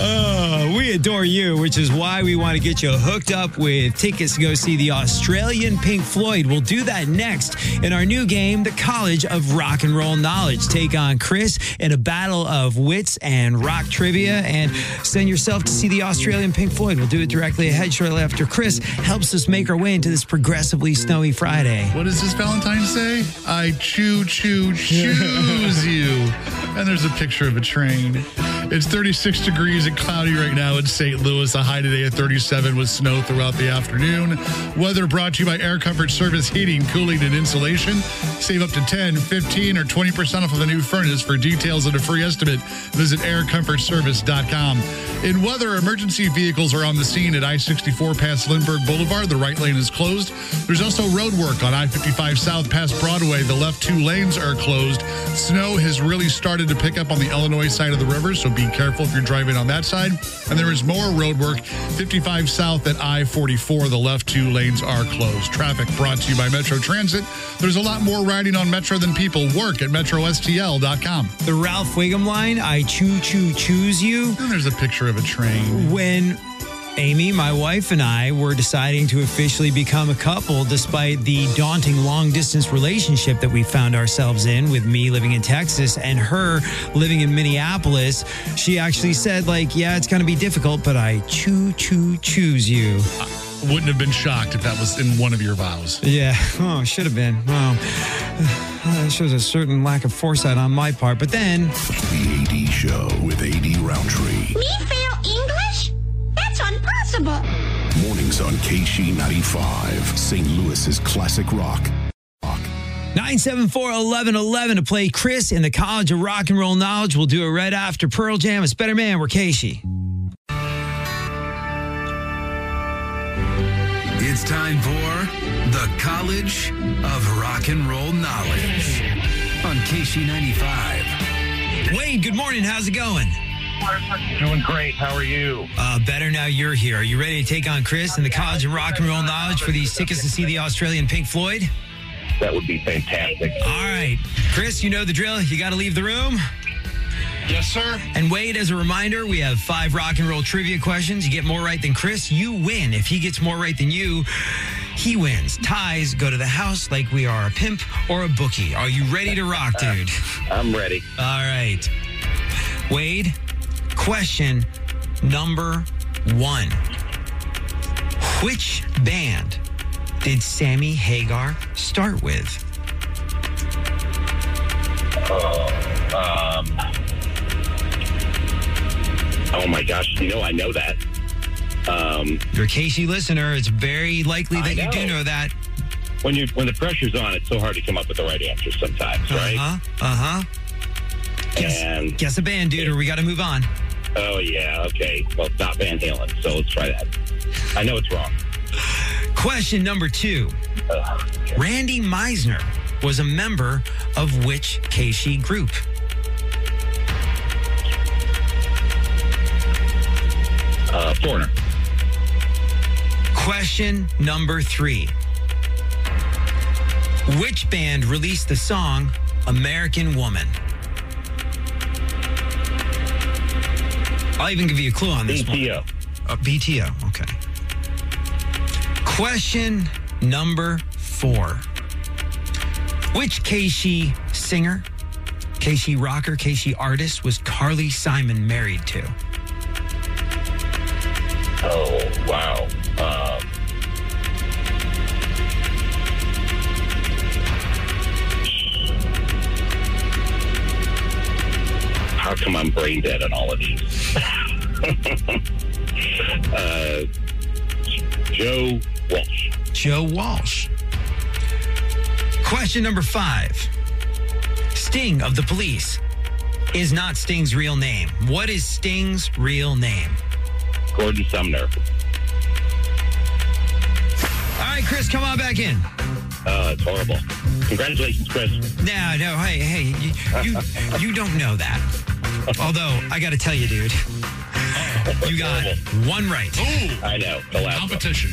Oh, we adore you, which is why we want to get you hooked up with tickets to go see the Australian Pink Floyd. We'll do that next in our new game, The College of Rock and Roll Knowledge. Take on Chris in a battle of wits and rock trivia and send yourself to see the Australian Pink Floyd. We'll do it directly ahead shortly after Chris helps us make our way into this progressively snowy Friday.
What does this Valentine say? I choo choo choose you. And there's a picture of a train. It's 36 degrees and cloudy right now in St. Louis. A high today at 37 with snow throughout the afternoon. Weather brought to you by Air Comfort Service Heating, Cooling, and Insulation. Save up to 10, 15, or 20% off of a new furnace. For details and a free estimate, visit aircomfortservice.com. In weather, emergency vehicles are on the scene at I 64 past Lindbergh Boulevard. The right lane is closed. There's also road work on I 55 south past Broadway. The left two lanes are closed. Snow has really started to pick up on the Illinois side of the river, so be careful if you're driving on that side. And there is more road work 55 south at I 44. The left two lanes are closed. Traffic brought to you by Metro Transit. There's a lot more riding on Metro than people work at metrostl.com.
The Ralph Wiggum line, I choo choo choose you.
And Oh, there's a picture of a train.
when Amy, my wife, and I were deciding to officially become a couple, despite the daunting long distance relationship that we found ourselves in with me living in Texas and her living in Minneapolis, she actually said, like, yeah, it's going to be difficult, but I choo choo choose you.
Wouldn't have been shocked if that was in one of your vows.
Yeah. Oh, should have been. Wow. That shows a certain lack of foresight on my part. But then.
The AD Show with AD Roundtree.
Me fail English? That's impossible.
Mornings on KC95, St. Louis's classic rock.
974 1111 to play Chris in the College of Rock and Roll Knowledge. We'll do it right after Pearl Jam. It's Better Man. We're Casey.
It's time for the College of Rock and Roll Knowledge on KC95.
Wade, good morning. How's it going?
Doing great. How are you?
Uh, better now you're here. Are you ready to take on Chris in the College of Rock and Roll Knowledge for these tickets to see the Australian Pink Floyd?
That would be fantastic.
All right. Chris, you know the drill. You got to leave the room.
Yes, sir.
And Wade, as a reminder, we have five rock and roll trivia questions. You get more right than Chris, you win. If he gets more right than you, he wins. Ties go to the house like we are a pimp or a bookie. Are you ready to rock, dude?
I'm ready.
All right. Wade, question number one Which band did Sammy Hagar start with?
Oh, Um, oh my gosh, you know I know that. Um,
You're a Casey listener. It's very likely that
I
you do
know.
know that.
when you when the pressure's on, it's so hard to come up with the right answer sometimes, right?
Uh huh. Uh huh.
And
Guess a band, dude, or we got to move on.
oh yeah, okay. Well, it's not Van Halen, so let's try that. I know it's wrong.
Question number two Randy Meisner was a member of which KC group?
Uh, foreigner.
Question number three Which band released the song American woman? I'll even give you a clue on this one. Uh, BTO. BTO, okay. Question number four. Which Keishi singer, Keishi rocker, Keishi artist was Carly Simon married to?
Oh, wow. Um, how come I'm brain dead on all of these? uh, Joe Walsh.
Joe Walsh. Question number five Sting of the police is not Sting's real name. What is Sting's real name?
Gordon Sumner.
All right, Chris, come on back in.
Uh, it's horrible. Congratulations, Chris.
No, no, hey, hey, you, you, you don't know that. Although, I got to tell you, dude, you got one right.
I know. The last
Competition.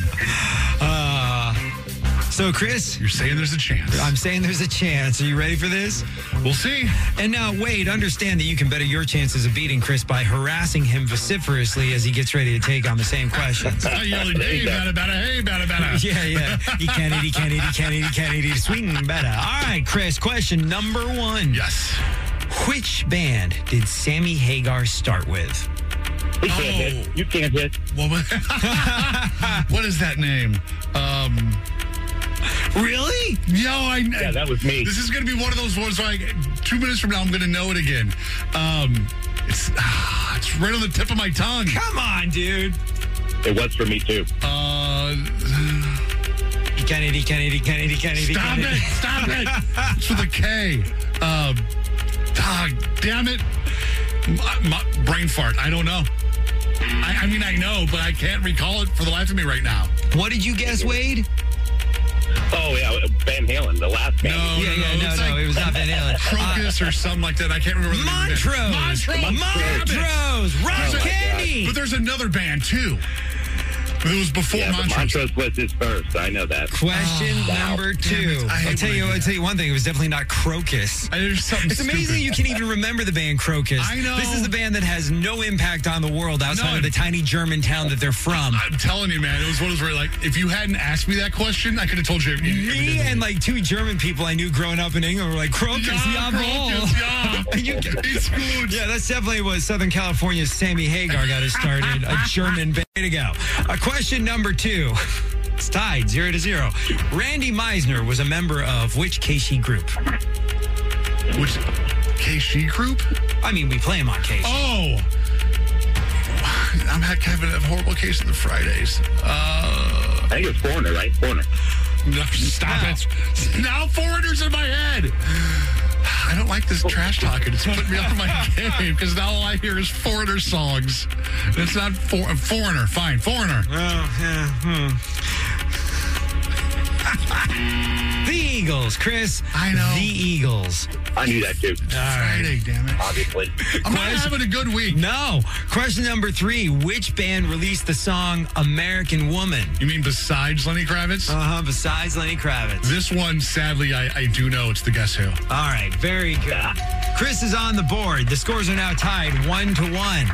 Uh, so, Chris,
you're saying there's a chance.
I'm saying there's a chance. Are you ready for this?
We'll see.
And now, Wade, understand that you can better your chances of beating Chris by harassing him vociferously as he gets ready to take on the same questions.
I yelling, hey, bada, bada, hey, bada, bada.
yeah, yeah. He can't eat, he can't eat, he can't eat, he can't eat. He's sweet and better. All right, Chris, question number one.
Yes.
Which band did Sammy Hagar start with?
He can't hit. You can't hit.
What, was, what is that name? Um,
Really?
yo, I
Yeah, that was me.
This is going to be one of those ones where, like, two minutes from now, I'm going to know it again. Um, it's ah, it's right on the tip of my tongue.
Come on, dude.
It was for me, too.
Uh,
He can't eat, he can't eat, he can't eat, he can't eat. he
stop
can't eat.
it! Stop it! It's with a K. Um, dog, damn it! My, my brain fart. I don't know. I, I mean, I know, but I can't recall it for the life of me right now.
What did you guess, Wade?
Oh, yeah. Van Halen, the last
No,
band.
no,
Yeah, yeah,
no,
no,
it's
no,
like
it was not Van Halen. Uh,
Crocus or something like that. I can't remember. the name of the band.
Montrose.
Montrose.
Montrose. Rock
There's a-
Candy.
Oh But there's another band too. It was before
Yeah, but
Montrose.
Montrose was his first. I know that.
Question number two.
Ah, I hate
I'll tell
when I
you.
do
I'll
that.
tell you one thing. It was definitely not Crocus.
I- There's something.
It's amazing
stupid.
you can even remember the band Crocus.
I know.
This is the band that has no impact on the world outside
None.
of the tiny German town that they're from.
I'm telling you, man. It was one of those where, like, if you hadn't asked me that question, I could have told you. you- you didn't.
Me and like two German people I knew growing up in England were like Crocus,
Yeah,
jawohl.
Crocus, yeah.
You get-
It's good.
Yeah, that's definitely what Southern California's Sammy Hagar got us started. a German way to go. Uh, question number two. It's tied zero to zero. Randy Meisner was a member of which KC group?
Which KC group?
I mean, we play him on KC.
Oh. I'm having a horrible case of the Fridays. Uh,
I think it was Foreigner, right? Foreigner.
no, stop it. Now foreigners in my head. I don't like this trash talking. It's putting me off my game because now all I hear is foreigner songs. It's not for, uh, foreigner. Fine, foreigner.
Oh, yeah, hmm. the Eagles, Chris.
I know.
The Eagles.
I knew that, too,
Friday, damn it.
obviously.
I'm not having a good week.
No. Question number three Which band released the song American Woman?
You mean besides Lenny Kravitz?
Uh huh, besides Lenny Kravitz.
this one, sadly, I, I do know it's the Guess Who.
All right, very good. Chris is on the board. The scores are now tied one to one.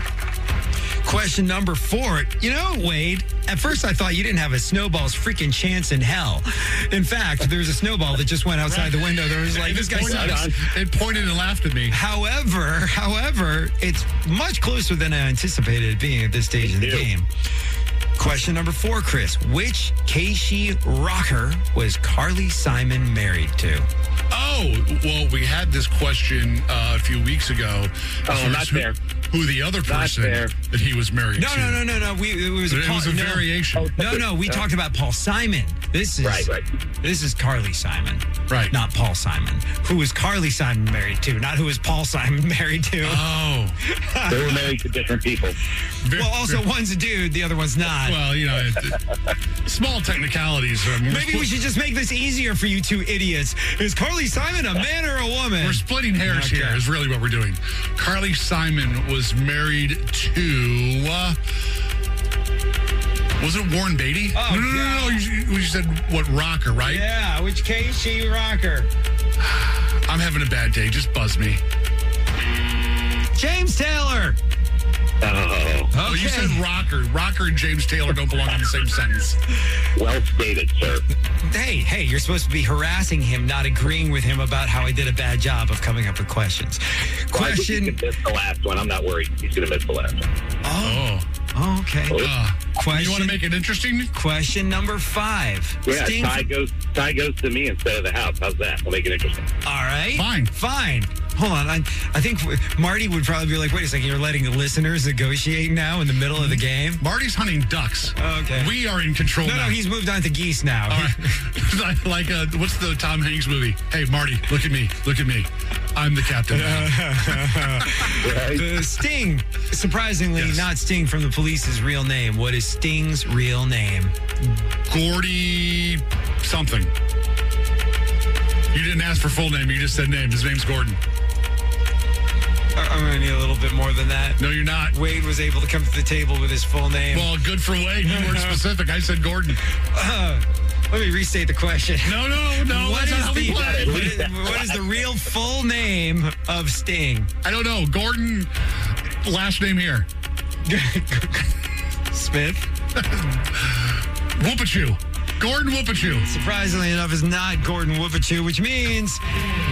Question number four. You know, Wade, at first I thought you didn't have a snowball's freaking chance in hell. In fact, there was a snowball that just went outside the window. There was like, this guy
Pointed-
sucks.
It pointed and laughed at me.
However, however, it's much closer than I anticipated it being at this stage in the
Ew.
game. Question number four, Chris. Which Keishi rocker was Carly Simon married to?
Oh, well, we had this question uh, a few weeks ago.
Oh,
as far
not
as who,
fair.
who the other person
fair.
that he was married
No,
to.
no, no, no, no. We it was,
It
Paul-
was a
no. Oh,
variation. Oh.
No, no, we talked about Paul Simon. This is
Right, right.
This is Carly Simon,
Right.
Not Paul Simon. Who was Carly Simon married to? Not who was Paul Simon married to?
Oh.
They were married to different people.
Ver-
well, also one's a dude, the other one's not.
well, you know, it, it- small technicalities. um, we're
Maybe we
split-
should just make this easier for you two idiots. Is Carly Simon a man or a woman?
We're splitting hairs
Okay.
here, is really what we're doing. Carly Simon was married to. Uh, was it Warren Beatty?
Oh,
no, no, no, no.
God.
You, you said what rocker, right?
yeah, which case she rocker?
I'm having a bad day. Just buzz me.
James Taylor.
Oh. Oh, you said rocker. Rocker and James Taylor don't belong in the same sentence.
Well stated, sir.
Hey, hey, you're supposed to be harassing him, not agreeing with him about how I did a bad job of coming up with questions.
Well, I think he
Question.
can miss the last one. I'm not worried. He's going to miss the last one.
Oh. oh, okay. question. You want to make
it interesting?
Question number five.
Yeah,
Sting-
Ty goes. Ty goes to me instead of the house. How's that? We'll make it interesting.
All right. Fine. Fine. Hold on. I, I think w- Marty would probably be like, wait a second, you're letting the listeners negotiate now in the middle of the game?
Marty's hunting ducks.
Okay.
We are in control
No,
now.
no, he's moved on to geese now.
All right. like, uh, what's the Tom Hanks movie? Hey, Marty, look at me. Look at me. I'm the captain.
Uh, Sting, surprisingly, not Sting from the police's real name. What is Sting's real name?
Gordy something. You didn't ask for full name. You just said name. His name's Gordon.
I'm going to need a little bit more than that.
No, you're not.
Wade was able to come to the table with his full name.
Well, good for Wade. You weren't specific. I said Gordon.
Uh, let me restate the question.
No, no, no,
What
that's not
is
how we
the,
play.
what is- what is the real full name of Sting?
I don't know. Gordon, last name here.
Smith.
Whoopachoo. Gordon Whoopachoo.
Surprisingly enough, is not Gordon Whoopachoo, which means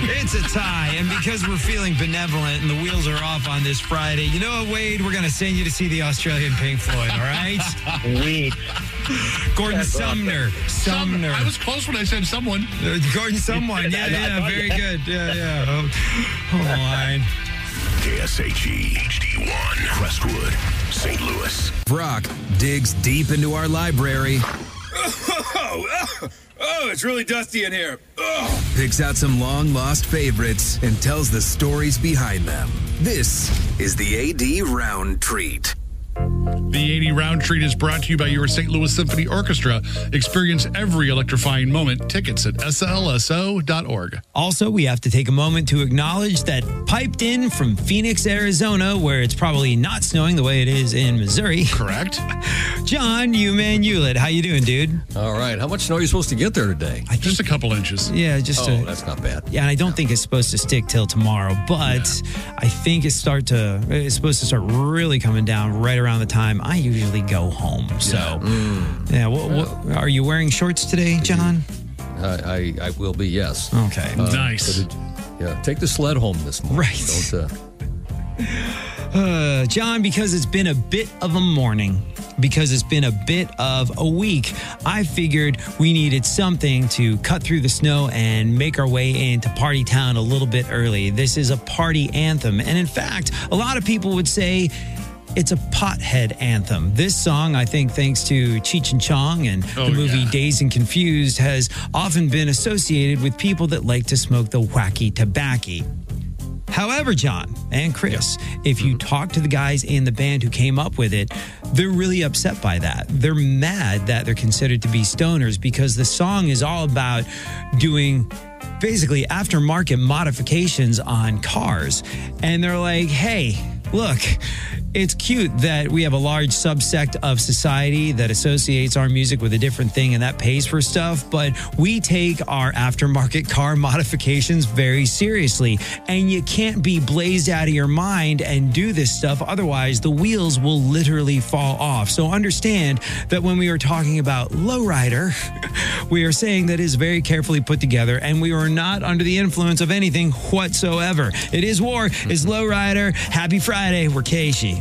it's a tie. And because we're feeling benevolent and the wheels are off on this Friday, you know what, Wade? We're going to send you to see the Australian Pink Floyd, all right?
Sweet.
Gordon
That's awesome.
Sumner. Sumner.
I was close when I said someone.
Uh, Gordon Someone. Yeah, yeah, very good. Yeah, yeah. Oh, hold on.
KSHE HD1, Crestwood, St. Louis.
Brock digs deep into our library,
Oh, it's really dusty in here.
picks out some long lost favorites, and tells the stories behind them. This is the AD Round Treat.
The 80 Round Treat is brought to you by your St. Louis Symphony Orchestra. Experience every electrifying moment. Tickets at slso.org.
Also, we have to take a moment to acknowledge that piped in from Phoenix, Arizona, where it's probably not snowing the way it is in Missouri.
Correct.
John, you man, Hewlett, how you doing, dude?
All right. How much snow are you supposed to get there today?
Just a couple inches.
Yeah, just
oh,
a-
that's not bad.
Yeah, and I don't think it's supposed to stick till tomorrow, but I think it's start to it's supposed to start really coming down right around the time I usually go home. So, yeah,
Mm,
what, what are you wearing shorts today, John?
I, I, I will be. Yes. Uh,
Okay.
nice.
yeah. Take the sled home this morning.
Right.
Don't, uh,
Uh, John, because it's been a bit of a morning, because it's been a bit of a week, I figured we needed something to cut through the snow and make our way into Party Town a little bit early. This is a party anthem. And in fact, a lot of people would say, it's a pothead anthem. This song, I think, thanks to Cheech and Chong and
Oh,
the movie
yeah.
Dazed and Confused, has often been associated with people that like to smoke the wacky tobacco. However, John and Chris, if you talk to the guys in the band who came up with it, they're really upset by that. They're mad that they're considered to be stoners because the song is all about doing basically aftermarket modifications on cars. And they're like, hey, look, it's cute that we have a large subsect of society that associates our music with a different thing and that pays for stuff, but we take our aftermarket car modifications very seriously. And you can't be blazed out of your mind and do this stuff, otherwise, the wheels will literally fall off. So understand that when we are talking about lowrider, we are saying that is very carefully put together and we are not under the influence of anything whatsoever. It is war, it's lowrider. Happy Friday, we're E. Keishi.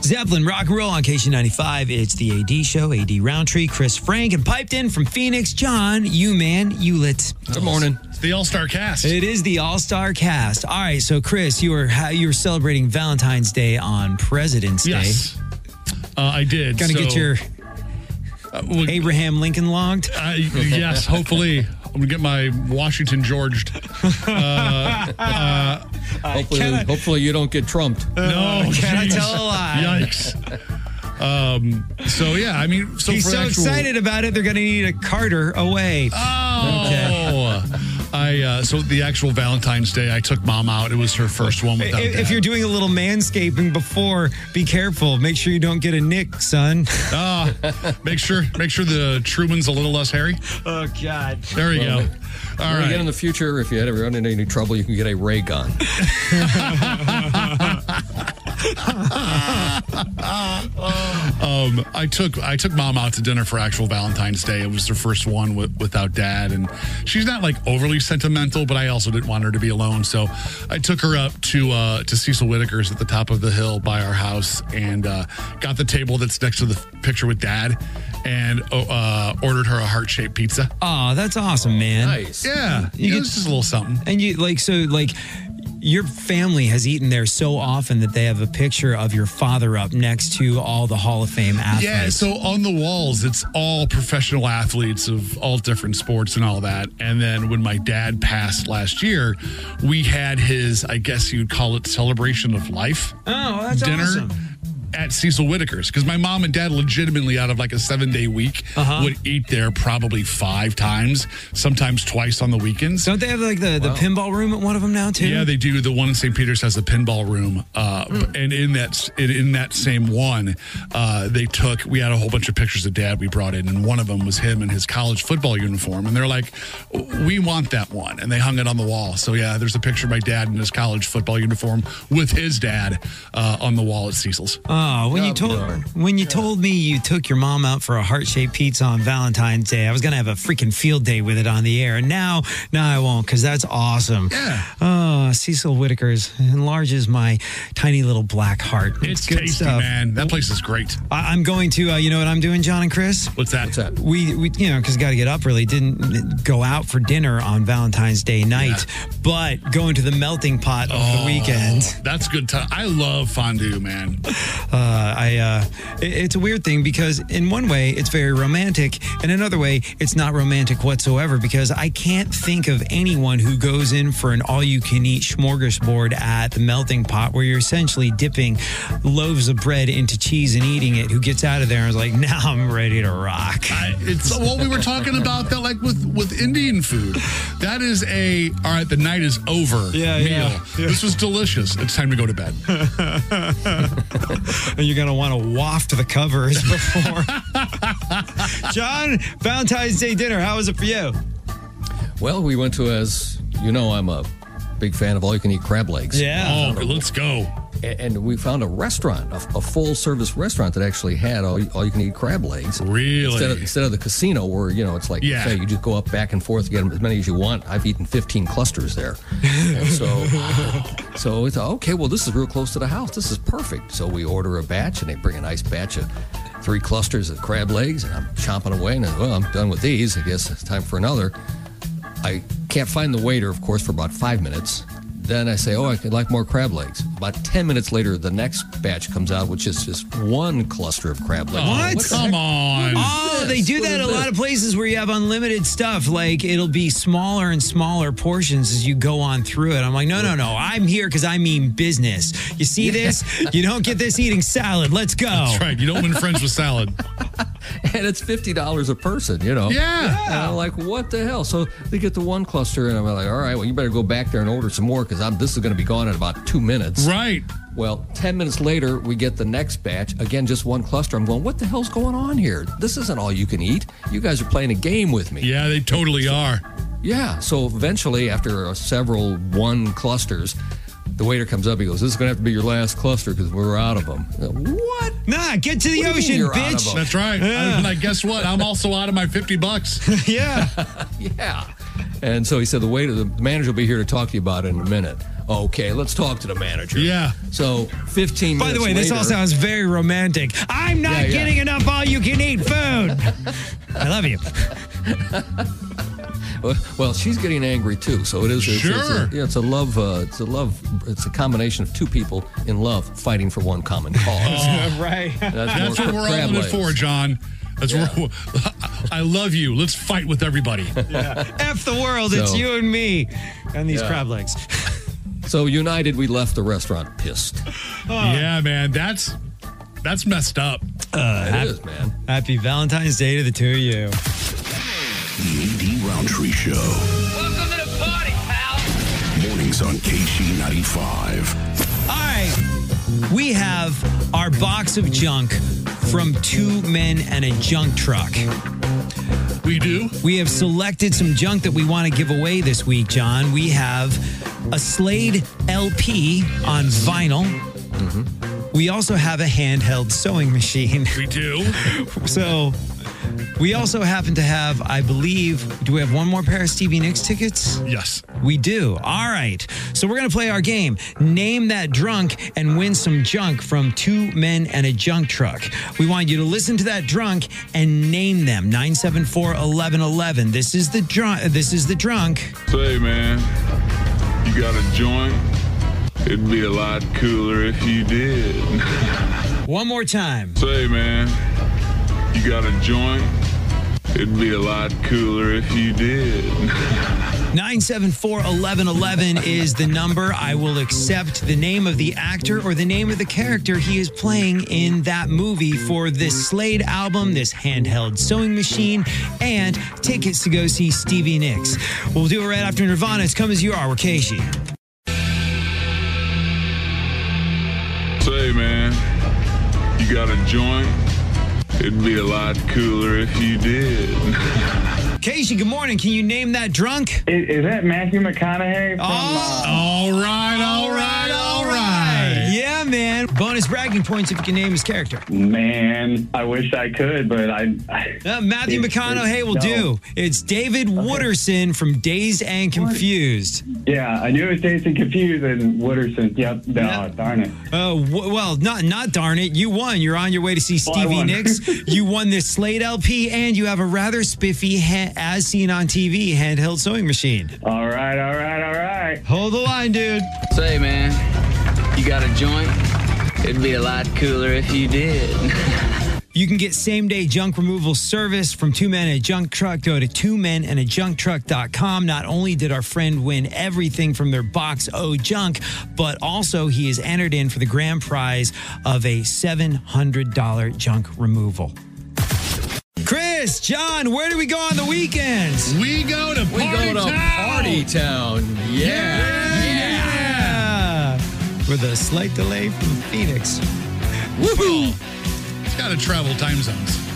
Zeppelin rock and roll on KC95. It's the AD show, AD Roundtree, Chris Frank, and piped in from Phoenix, John, you man, Hewlett. Good morning.
It's the All Star cast.
It is the All Star cast. All right, so Chris, you were how you were celebrating Valentine's Day on President's
Yes.
Day.
Uh, I did.
Gonna get
so- uh,
your Abraham Lincoln logged.
I, yes, hopefully. I'm going to get my Washington Georged. Uh, uh,
hopefully, hopefully you don't get trumped.
no.
can I
geez.
tell a lie?
Yikes. Um, so, yeah, I mean, so
He's
for
so
actual- Uh,
excited about it, they're going to need a Carter away.
Oh. I uh, so the actual Valentine's Day, I took mom out. It was her first one without.
If,
dad.
if you're doing a little manscaping before, be careful. Make sure you don't get a nick, son.
Ah, make sure make sure the Truman's a little less hairy.
Oh God.
There you
Well,
go. All
Well,
right.
Again, in the future, if you ever run into any trouble, you can get a ray gun.
um, I took I took mom out to dinner for actual Valentine's Day. It was her first one wi- without dad, and she's not like overly sentimental, but I also didn't want her to be alone, so I took her up to uh, to Cecil Whitaker's at the top of the hill by our house, and uh, got the table that's next to the f- picture with dad, and uh, ordered her a heart shaped pizza.
Oh, that's awesome, man.
Nice. Yeah, it was just a little something.
And you like so like your family has eaten there so often that they have a picture of your father up next to all the Hall of Fame athletes.
Yeah, so on the walls, it's all professional athletes of all different sports and all that. And then when my dad passed last year, we had his, I guess you'd call it celebration of life. Oh,
that's
dinner.
awesome.
At Cecil Whitaker's, because my mom and dad legitimately out of like a seven day week
Uh-huh.
would eat there probably five times, sometimes twice on the weekends.
Don't they have like Uh, the, the pinball room at one of them now too?
Yeah, they do. The one in St. Peter's has a pinball room, uh, and in that in, in that same one, uh, they took. We had a whole bunch of pictures of Dad we brought in, and one of them was him in his college football uniform. And they're like, "We want that one," and they hung it on the wall. So yeah, there's a picture of my dad in his college football uniform with his dad uh, on the wall at Cecil's.
Oh, when you told when you told me you took your mom out for a heart shaped pizza on Valentine's Day, I was gonna have a freaking field day with it on the air. And now, now I won't because that's awesome. Yeah. Oh, Cecil Whitaker's enlarges my tiny little black heart.
It's tasty, man. That place is great.
I, I'm going to. Uh, you know what I'm doing, John and Chris?
What's that? What's that?
We we you know because got to get up early. Didn't go out for dinner on Valentine's Day night, but going to the melting pot of
Oh,
the weekend.
That's good time. I love fondue, man.
Uh, I uh, it- it's a weird thing because in one way it's very romantic, and another way it's not romantic whatsoever because I can't think of anyone who goes in for an all-you-can-eat smorgasbord at the melting pot where you're essentially dipping loaves of bread into cheese and eating it. Who gets out of there and is like, now I'm ready to rock.
It's what we were talking about that like with with Indian food. That is a all right, the night is over
Yeah,
meal.
yeah,
This was delicious. It's time to go to bed.
and you're gonna want to waft the covers before. John, Valentine's Day dinner. How was it for you?
Well, we went to, as you know, I'm a big fan of all you can eat crab legs.
Yeah. Oh, let's go.
And we found a restaurant, a, a full service restaurant that actually had all, all you can eat crab legs.
Really?
Instead of, instead of the casino where, you know, it's like,
Yeah.
buffet, you just go up back and forth, get them as many as you want. I've eaten 15 clusters there. And so, so we thought, okay, well, this is real close to the house. This is perfect. So we order a batch and they bring a nice batch of three clusters of crab legs and I'm chomping away and I, well, I'm done with these. I guess it's time for another. I can't find the waiter, of course, for about five minutes. Then I say, oh, I could like more crab legs. About 10 minutes later, the next batch comes out, which is just one cluster of crab legs.
What?
the heck?
Oh, they do that
What is
at a
this?
lot of places where you have unlimited stuff. Like it'll be smaller and smaller portions as you go on through it. I'm like, no, no, no. I'm here because I mean business. You see this? You don't get this eating salad. Let's go.
That's right. You don't win friends with salad.
and it's fifty dollars a person, you know.
Yeah.
And I'm like, what the hell? So they get the one cluster, and I'm like, all right, well, you better go back there and order some more because this is going to be gone in about two minutes.
Right.
Well, ten minutes later, we get the next batch. Again, just one cluster. I'm going, what the hell's going on here? This isn't all you can eat. You guys are playing a game with me.
Yeah, they totally are.
Yeah. So eventually, after uh, several one clusters. The waiter comes up. He goes, "This is gonna have to be your last cluster because we're out of them." What?
Nah, get to the
What do you mean
ocean,
you're out of
bitch.
them?
That's right.
Yeah.
I'm like, guess what? I'm also out of my 50 bucks.
yeah.
Oh, yeah. And so he said, the waiter, the manager will be here to talk to you about it in a minute. Okay, let's talk to the manager.
Yeah.
So 15
By
minutes
the way, this all
later-
sounds very romantic. I'm not
Yeah, yeah.
getting enough all you can eat food. I love you.
Well, she's getting angry too, so it is. It's, It's
Sure.
a, yeah, it's a love. Uh, it's a love. It's a combination of two people in love fighting for one common cause.
Oh, right.
That's,
That's
more
what we're all
crab
in it
legs.
for, John. That's what I love you. Let's fight with everybody.
F the world. It's
So-
you and me and these
Yeah.
crab legs.
So united, we left the restaurant pissed.
Yeah, man. That's that's messed up.
Uh,
It is, man.
Happy Valentine's Day to the two of you.
The AD Roundtree Show.
Welcome to the
Mornings on KC95.
All right. We have our box of junk from two men and a junk truck.
We do.
We have selected some junk that we want to give away this week, John. We have a Slade LP on vinyl.
Mm-hmm.
We also have a handheld sewing machine.
We do.
so we also happen to have, I believe, do we have one more pair of Stevie Nicks tickets?
Yes.
We do. All right. So we're going to play our game Name That Drunk and win some junk from two men and a junk truck. We want you to listen to that drunk and name them 974 1111. This is the drunk. This is the drunk.
Say, man, you got a joint? It'd be a lot cooler if you did.
One more time.
Say, man, you got a joint? It'd be a lot cooler if you did.
974 1111 is the number. I will accept the name of the actor or the name of the character he is playing in that movie for this Slade album, this handheld sewing machine, and tickets to go see Stevie Nicks. We'll do it right after Nirvana. It's Come As You Are. We're Casey.
Say, man, you got a joint? It'd be a lot cooler if you did.
Casey, good morning. Can you name that drunk? Oh.
Is, that Matthew McConaughey? From, uh,
all right, all right, all right.
Yeah, man. Bonus bragging points if you can name his character.
Man, I wish I could, but I.
Uh, Matthew
It's-
McConaughey
it's-
will
no.
do. It's David Wooderson from Dazed and Confused.
Yeah, I knew it was Dazed and Confused and Wooderson. Yep, no, darn it.
Oh w- well, not not darn it. You won. You're on your way to see
Well, I
Stevie
won.
Nicks. you won this Slate LP, and you have a rather spiffy, ha- as seen on TV, handheld sewing machine.
All right, all right, all right.
Hold the line, dude.
Say, man, you got a joint? It'd be a lot cooler if you did.
You can get same day junk removal service from Two Men and a Junk Truck. Go to two men and a junk truck.com. Not only did our friend win everything from their box O junk, but also he is entered in for the grand prize of a $700 junk removal. Chris, John, where do we go on the weekends?
We go to
We go to Party Town. Yeah.
Yeah. With a slight delay from Phoenix. Woohoo!
It's got to travel time zones.